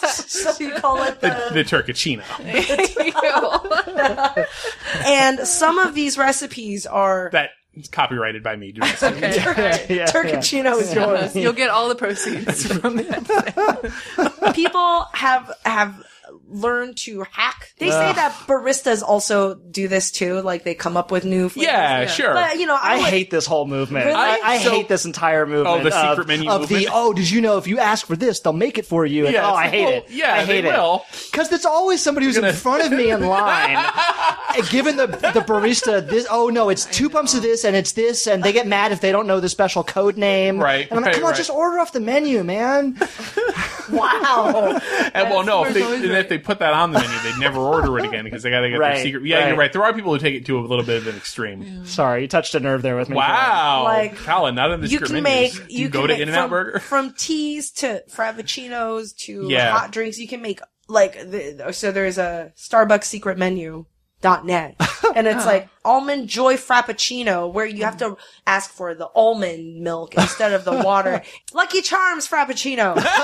B: so you call it
E: [LAUGHS] The, the turkicino.
B: and some of these recipes are
E: That [LAUGHS] is copyrighted by me. Do not [LAUGHS] sue me.
D: Okay. all right.
E: Yeah, yeah.
B: Turkicino is
E: [LAUGHS]
B: yours.
D: You'll get all the proceeds from that.
B: people have have learned to hack. They say
D: Ugh.
B: that baristas also do this too. Like they come up with new flavors.
C: Yeah, sure.
B: But you know, I,
C: I
B: would-
C: hate this whole movement.
B: Really?
C: I, I
B: So-
C: hate this entire movement.
E: Oh, the
C: of,
E: secret menu
C: of the
E: movement?
C: oh, did you know if you ask for this, they'll make it for you? And,
E: Yeah,
C: oh,
E: it's
C: I
E: like,
C: hate
E: well,
C: it.
E: yeah,
C: I hate
E: they
C: it.
E: will.
C: Because there's always somebody who's in front of me in
E: [LAUGHS]
C: line, and giving the the barista this. Oh no, it's two pumps of this and it's this, and they get mad if they don't know the special code name.
E: Right,
C: And I'm like,
E: right,
C: come on,
E: right.
C: just order off the menu, man.
E: [LAUGHS]
B: wow.
E: And, well, no, if they,
C: always
E: and if they put that on the menu, they'd never order it again because they got to get
C: Right,
E: their secret. Yeah,
C: right.
E: you're right. There are people who take it to a little bit of an
C: [LAUGHS]
E: extreme.
C: Sorry, you touched a nerve there with me.
E: Wow,
B: Like,
E: Colin, not on the
B: you
E: secret
B: can
E: menus.
B: make
E: Do
B: you
E: you,
B: can
E: go to
B: make
E: In and Out
B: from,
E: Burger.
B: from teas to frappuccinos to
E: Yeah.
B: hot drinks. You can make like the, so. There's a Starbucks secret menu. Dot
E: [LAUGHS]
B: net and it's like almond joy frappuccino where you have to ask for the almond milk instead of
E: [LAUGHS]
B: the water lucky charms frappuccino [LAUGHS]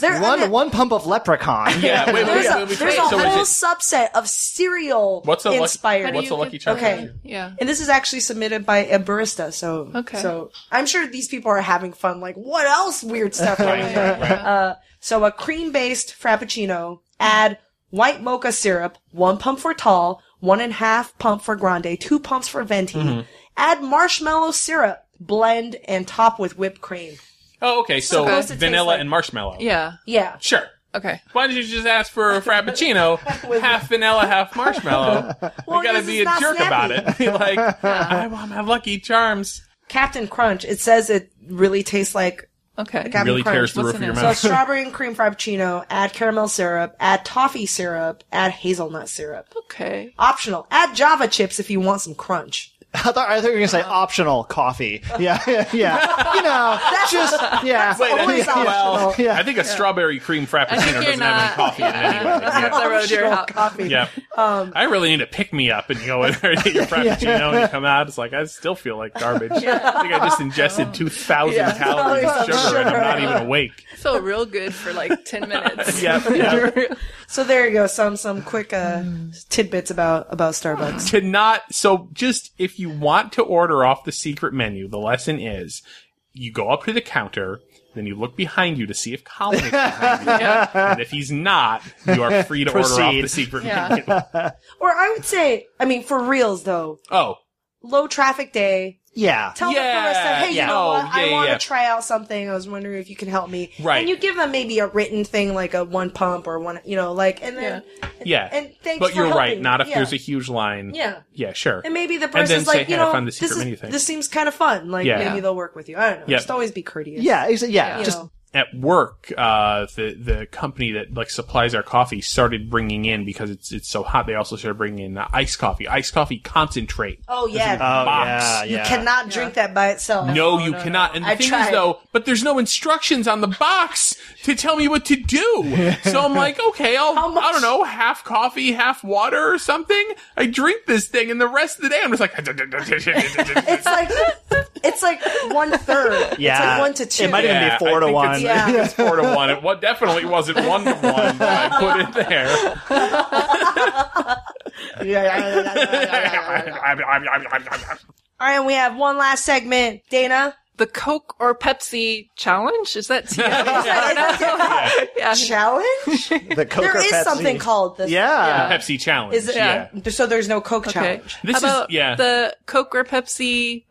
B: There-
C: one one pump of leprechaun.
E: [LAUGHS] Yeah, wait, wait,
B: there's
E: wait,
B: a,
E: wait, wait.
B: there's a
E: So is
B: whole
E: it-
B: subset of cereal
E: What's a lucky-
B: inspired.
E: what's a Lucky Charms
B: Okay,
E: menu?
D: yeah.
B: And this is actually submitted by a barista, so
D: Okay.
B: So I'm sure these people are having fun. Like, what else weird stuff?
D: Right,
B: are we
D: right,
B: doing?
D: right.
B: Uh, so a cream based frappuccino. Add white mocha syrup, one pump for tall, one and a half pump for grande, two pumps for venti.
D: Mm-hmm.
E: Mhm.
B: Add marshmallow syrup. Blend and top with whipped cream.
E: Oh, okay. So
B: supposed to taste
E: vanilla
B: like-
E: and marshmallow.
D: Yeah.
B: Yeah.
E: Sure.
D: Okay.
E: Why don't you just
B: [LAUGHS]
E: ask for a frappuccino, half vanilla, half marshmallow?
B: Well,
E: you gotta
B: this
E: be
B: is
E: a
B: not
E: jerk
B: snappy.
E: about it. [LAUGHS] Be like, I want my Lucky Charms.
B: Captain Crunch. It says it really tastes like
D: okay.
B: Captain
E: Really
B: Crunch.
E: tears the roof of your
B: so
D: [LAUGHS]
E: mouth.
B: strawberry and cream frappuccino. Add caramel syrup. Add toffee syrup. Add hazelnut syrup.
D: Okay.
B: Optional. Add Java chips if you want some crunch.
C: [LAUGHS] I thought, I thought you were gonna say optional coffee. Yeah, [LAUGHS] yeah, yeah. You know,
E: [LAUGHS]
B: That's-
C: just yeah.
B: that's
C: [LAUGHS]
B: Wait,
E: I
B: always
E: think, well,
C: Yeah.
E: I think a strawberry cream frappuccino
D: I think you're
E: doesn't have any coffee in
B: [LAUGHS]
E: it anyway.
D: That's not the road you're
E: Oh,
D: out.
B: Coffee.
E: Yeah.
B: Um,
E: I really need a pick me up and you go in there and get your frappuccino and you come out. It's like, I still feel like garbage. I think I just ingested 2,000
D: Yeah.
E: calories of
D: Sugar.
E: sugar, and I'm not even awake.
D: I feel real good for like 10
E: [LAUGHS]
D: minutes.
E: Yep, yep.
B: [LAUGHS] so there you go. Some some quick uh, tidbits about about Starbucks.
E: To not, so just if you want to order off the secret menu, the lesson is you go up to the counter, then you look behind you to see if Colin is behind you.
B: Yeah.
E: And if he's not, you are free to order off the
C: Proceed.
E: secret
B: Yeah.
E: menu.
B: Or I would say, I mean, for reals though,
E: Oh,
B: low traffic day.
C: Yeah.
B: Tell
E: Yeah,
B: the barista, hey, you
E: yeah.
B: know what?
E: Oh,
B: I
E: yeah,
B: want to
E: yeah.
B: try out something. I was wondering if you can help me.
E: Right.
B: And you give them maybe a written thing like a one pump or one, you know, like, and then,
E: Yeah.
B: And thanks
E: but
B: for
E: you're right.
B: helping.
E: Not if
B: Yeah.
E: there's a huge line.
B: Yeah.
E: Yeah, sure.
B: and maybe the
E: And then
B: person's
E: say,
B: like,
E: hey,
B: you
E: I
B: know,
E: found the
B: this,
E: secret
B: is,
E: menu thing.
B: this seems kind of fun. Like
E: Yeah.
B: maybe they'll work with you. I don't know.
E: Yep.
B: Just always be courteous.
C: Yeah, exa- yeah,
B: You
C: just- oh,
B: know.
E: At work, uh, the the company that like supplies our coffee started bringing in because it's it's so hot. They also started bringing in uh, iced coffee, iced coffee concentrate.
B: Oh, yeah. Oh,
C: Oh yeah,
E: Box.
B: you
C: yeah.
B: cannot drink that by itself.
E: Oh, No, you cannot. And the
B: I've
E: thing is,
B: tried.
E: though, but there's no instructions on the box to tell me what to do.
C: [LAUGHS]
E: So I'm like, okay, I'll, I don't know, half coffee, half water or something. I drink this thing, and the rest of the day I'm just like, [LAUGHS]
B: It's like, [LAUGHS] it's like one third. It's
C: Yeah.
B: like one to two.
C: It might even
E: Yeah,
C: be four
E: I
C: to
E: think
C: one.
E: it's-
B: Yeah.
E: It's four to one. It wa- definitely wasn't one to one that I put in
B: [LAUGHS]
E: there. [LAUGHS]
B: All right, and we have one last segment. Dana,
D: The Coke or Pepsi challenge? Is
B: [LAUGHS]
D: that Yeah.
B: challenge?
C: The Coke
B: there
C: or
B: is
C: Pepsi.
B: something called this.
C: Yeah.
E: Pepsi challenge.
B: Is it,
E: yeah.
B: So there's no Coke
D: Okay. [LAUGHS]
B: challenge.
E: This
D: How
E: is-
D: about
E: yeah.
D: the Coke or Pepsi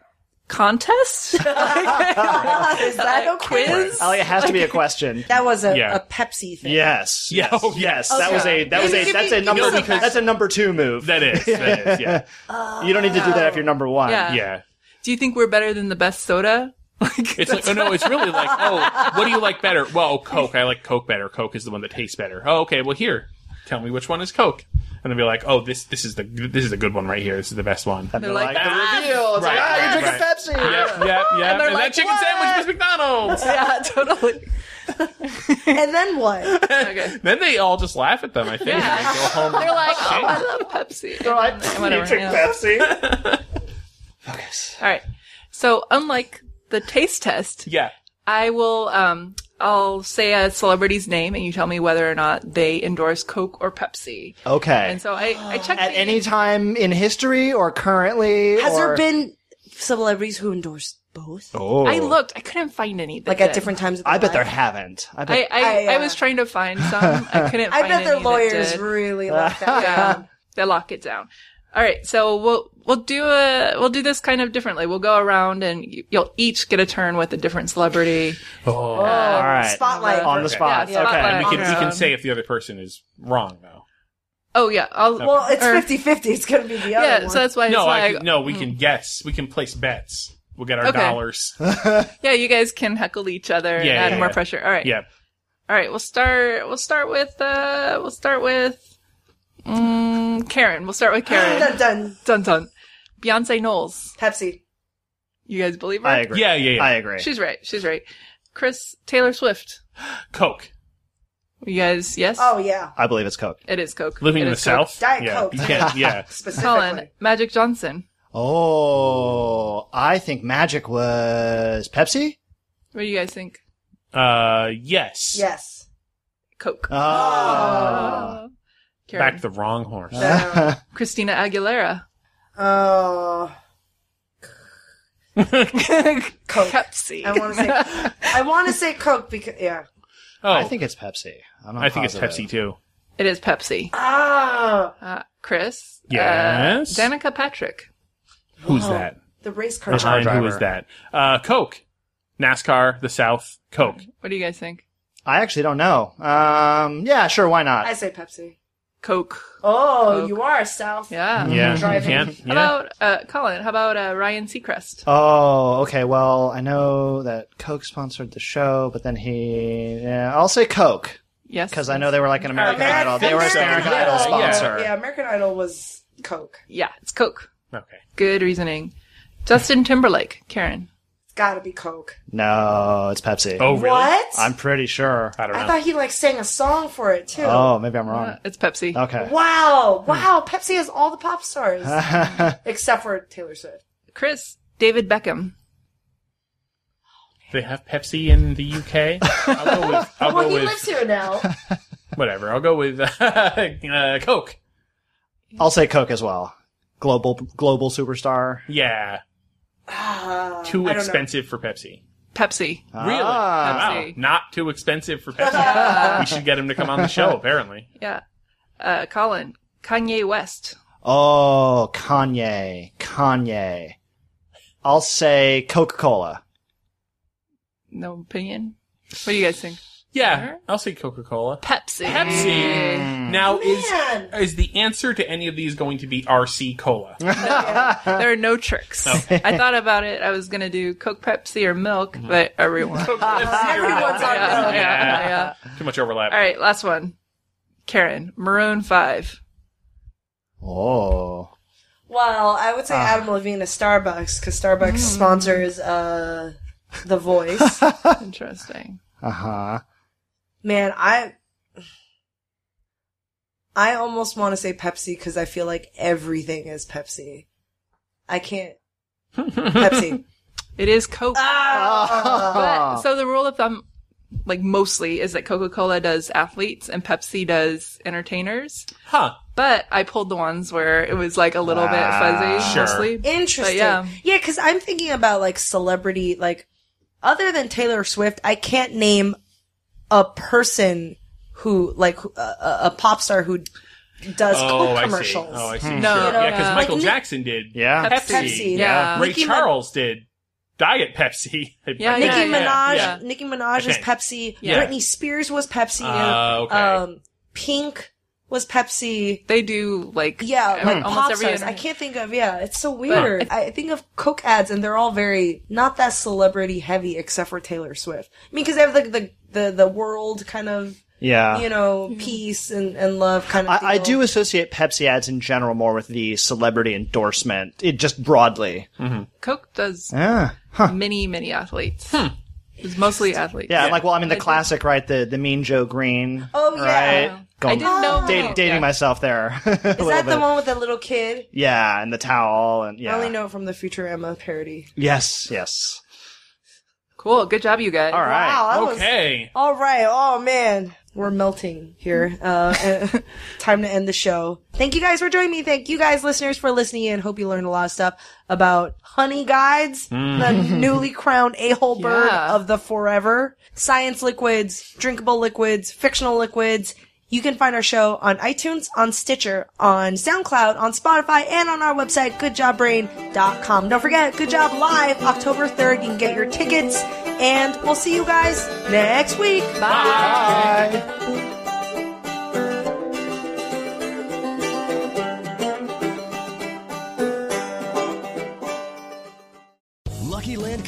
D: contest?
B: is that [LAUGHS] a
D: quiz?
C: Oh, it has to be a question.
B: That was a,
E: Yeah.
B: a Pepsi thing.
E: [LAUGHS]
C: Yes.
E: Yeah,
C: Yes.
E: oh,
C: yes. That was a that was
B: Maybe
C: a
B: give
C: that's
B: me-
C: a
B: give me
C: number
B: some
C: because that's a number two move.
E: That is. That
B: [LAUGHS]
E: is. Yeah.
C: you don't need to do that if you're number one.
D: Yeah.
E: Yeah.
D: Do you think we're better than the best soda? Like,
E: It's like, oh no, it's really like, oh, what do you like better? Well, oh, Coke. I like Coke better. Coke is the one that tastes better. Oh, okay. Well, here, tell me which one is Coke, and then be like, oh, this this is the this is the good one right here. This is the best one. Yep,
C: They're
D: like,
C: like,
D: ah,
C: the reveal. It's
E: right,
C: like, ah,
E: right,
C: you're drinking
E: right.
C: Pepsi. [LAUGHS]
E: yep, yep. And,
D: they're
E: that
D: like,
E: chicken
D: "What?"
E: sandwich was McDonald's.
D: [LAUGHS] yeah, totally.
B: And then what?
D: Okay.
E: Then they all just laugh at them. I think.
D: Yeah.
E: And they go home.
D: They're like, oh, I love Pepsi.
C: They're like,
D: Whatever,
C: you took
D: yeah.
C: Pepsi.
D: All right. So unlike the taste test,
E: yeah.
D: I will um I'll say a celebrity's name and you tell me whether or not they endorse Coke or Pepsi.
C: Okay.
D: And so I I
C: [GASPS]
D: checked
C: At
D: the-
C: any time in history or currently,
B: Has
C: or
B: there been celebrities who endorsed both?
C: Oh.
D: I looked, I couldn't find any. that
B: Like at
D: did.
B: different times of their
C: I bet there
B: life?
C: haven't. I bet
D: I I,
B: I, uh,
D: I was trying to find some.
B: [LAUGHS]
D: I couldn't
B: I
D: find
B: bet their
D: any that
B: lawyers
D: did.
B: really like that. [LAUGHS]
D: [LAUGHS] yeah, they lock it down. All right, so we'll we'll do a we'll do this kind of differently. We'll go around and you- you'll each get a turn with a different celebrity.
E: Oh.
C: all right.
B: Spotlight.
C: on the spot.
D: Yeah, spotlight.
E: And we can we
D: Yeah.
E: can say if the other person is wrong though.
D: Oh yeah, I'll,
B: Well, it's
D: or-
B: 50 50. It's going to be the other
D: Yeah,
B: one.
D: so that's why.
E: No,
D: it's
E: I
D: like,
E: can, no,
B: mm.
E: we can guess. We can place bets. We'll get our
C: [LAUGHS]
D: Okay.
E: dollars.
D: Yeah, you guys can heckle each other and
E: Yeah,
D: add
E: yeah,
D: more
E: yeah.
D: pressure. All right.
E: Yeah.
D: All right. We'll start. We'll start with. uh We'll start with. Mm, Karen. We'll start with Karen.
B: [LAUGHS] done, done.
D: dun dun. Beyonce Knowles.
B: Pepsi.
D: You guys believe her?
C: I agree.
E: Yeah, yeah, yeah.
C: I agree.
D: She's right. She's right. Chris Taylor Swift.
E: Coke.
D: You guys, yes.
B: Oh, yeah.
C: I believe it's Coke.
D: It is Coke.
E: Living
D: It
E: in the
D: is Coke.
E: South.
B: Diet
E: yeah.
B: Coke.
E: You
B: [LAUGHS]
E: can't- yeah.
B: Specifically.
D: Colin Magic Johnson.
C: Oh, I think Magic was Pepsi.
D: What do you guys think?
E: Uh, yes.
B: Yes.
D: Coke.
C: Ah. Oh.
D: Uh, Karen.
E: Back the wrong horse.
C: [LAUGHS]
E: Oh.
B: Uh,
D: Christina Aguilera.
B: oh. [LAUGHS] Coke.
D: Pepsi.
B: I want to
D: [LAUGHS]
B: say I want to say Coke because yeah.
E: Oh,
C: I think it's Pepsi. I'm not
E: I think it's
C: positive.
E: Pepsi too.
D: it is Pepsi.
B: Ah,
D: Uh, Chris. uh,
E: Yes?
D: Danica Patrick.
E: Who's that?
B: the race car.
E: Behind
C: driver.
E: Who is that? Uh, Coke. NASCAR, the South, Coke.
D: What do you guys think?
C: I actually don't know. Um, yeah, sure, why not?
B: I say Pepsi.
D: Coke.
B: Oh,
D: Coke.
B: you are South.
D: Yeah.
E: Yeah.
B: Uh, Driving.
E: Yeah.
D: How
E: yeah.
D: about uh, Colin? How about uh, Ryan Seacrest?
C: oh, okay. Well, I know that Coke sponsored the show, but then he. Yeah, I'll say Coke
D: Yes.
C: because I know they were like an American
B: Ameri-
C: Idol. They were an
B: Oh, American
C: American
E: Idol,
C: Idol
E: yeah.
C: sponsor.
B: Yeah. American Idol was Coke.
D: Yeah, it's Coke.
E: Okay.
D: Good reasoning. Justin Timberlake. Karen.
B: It's got to be Coke.
C: No, it's Pepsi.
E: Oh, really?
B: What?
C: I'm pretty sure.
E: I don't
B: I
E: know.
B: thought he like sang a song for it too.
C: Oh, maybe I'm wrong.
D: Uh, it's Pepsi.
C: Okay.
B: Wow! Wow! Pepsi has all the pop stars except for Taylor Swift.
D: Chris. David Beckham.
E: they have Pepsi in
B: [LAUGHS]
E: the UK. I'll go with. I'll
B: Well,
E: go
B: he
E: with
B: lives here now.
E: whatever. I'll go with [LAUGHS] uh, Coke.
C: I'll say Coke as well. Global global superstar.
E: Yeah.
B: Ah,
E: Too
B: I don't know.
E: expensive for Pepsi.
D: Pepsi.
E: Really?
C: Ah.
E: Wow.
D: Pepsi.
E: Not too expensive
B: [LAUGHS]
E: for Pepsi. we should get him to come on the show, apparently.
D: Yeah. Uh, Colin. Kanye West.
C: Oh, Kanye. Kanye. I'll say Coca Cola.
D: No opinion. What do you guys think?
E: Yeah, I'll say Coca Cola.
D: Pepsi.
B: Mm.
E: Pepsi. Now is is the answer to any of these going to be RC Cola?
D: [LAUGHS]
B: [LAUGHS]
D: There are no tricks. I thought about it. I was gonna do Coke, Pepsi, or milk, but everyone.
E: Everyone's
D: on milk. Yeah, yeah.
E: Too much overlap.
D: All right, last one. Karen, Maroon Five.
C: Oh.
B: Well, I would say Adam Levine is Starbucks because Starbucks sponsors uh, The Voice.
D: Interesting.
C: Uh huh.
B: Man, I I almost want to say Pepsi because I feel like everything is Pepsi. I can't. Pepsi.
D: It is Coke. Ah,
C: Ah.
D: But, so the rule of thumb, like mostly, is that Coca Cola does athletes and Pepsi does entertainers.
E: Huh.
D: But I pulled the ones where it was like a little
C: Ah,
D: bit fuzzy,
E: Sure.
D: mostly.
B: Interesting.
D: But yeah.
B: yeah, because I'm thinking about like celebrity, like other than Taylor Swift, I can't name a person who like who- a, a a pop star who does
E: Oh,
B: Coke
E: I see.
B: commercials.
E: Oh, I see.
D: No,
E: sure. yeah, because
D: no.
E: Michael
B: Like Nick-
E: Jackson did.
C: Yeah.
E: Pepsi.
B: Pepsi,
D: yeah.
E: Ray
B: Nicki Min-
E: Charles did. Diet Pepsi. [LAUGHS]
D: Yeah,
B: Nicki
D: yeah,
B: Minaj,
E: yeah.
B: Nicki Minaj is
E: Okay.
B: Pepsi.
E: Yeah.
B: Britney Spears was Pepsi.
E: Ah, okay.
B: Um, Pink was Pepsi.
D: They do like
B: Yeah,
D: ev-
B: like
D: almost
B: pop
D: every.
B: stars. I
D: entertainer.
B: can't think of. Yeah, it's so weird. I think of Coke ads, and they're all very not that celebrity heavy, except for Taylor Swift. I mean, because they have like the, the the world kind of
C: Yeah.
B: you know peace and, and love kind of.
C: I, I
B: deal.
C: do associate Pepsi ads in general more with the celebrity endorsement, it just broadly.
D: Coke does
C: Yeah.
D: many many athletes. It's mostly athletes.
C: Hmm. Yeah, I'm like, well, I mean, the classic, right? The the Mean Joe Green.
B: Oh, yeah.
C: Right?
D: I didn't know.
C: da-
D: yeah.
C: dating myself there. [LAUGHS] Is
B: Is that the one with the little kid?
C: Yeah, and the towel and yeah.
B: I only know it from the Futurama parody.
C: Yes, yes.
D: Cool. Good job, you guys.
C: All right.
B: Wow, that was
E: Okay.
B: All right. Oh man, we're melting here. Uh,
D: [LAUGHS]
B: eh, time to end the show. Thank you guys for joining me. Thank you guys, listeners, for listening in. Hope you learned a lot of stuff about honey guides, the newly crowned a-hole bird
D: Yeah.
B: of the forever, science liquids, drinkable liquids, fictional liquids. You can find our show on iTunes, on Stitcher, on SoundCloud, on Spotify, and on our website, goodjobbrain.com. Don't forget, Good Job Live, October 3rd. You can get your tickets, and we'll see you guys next week.
H: Lucky Land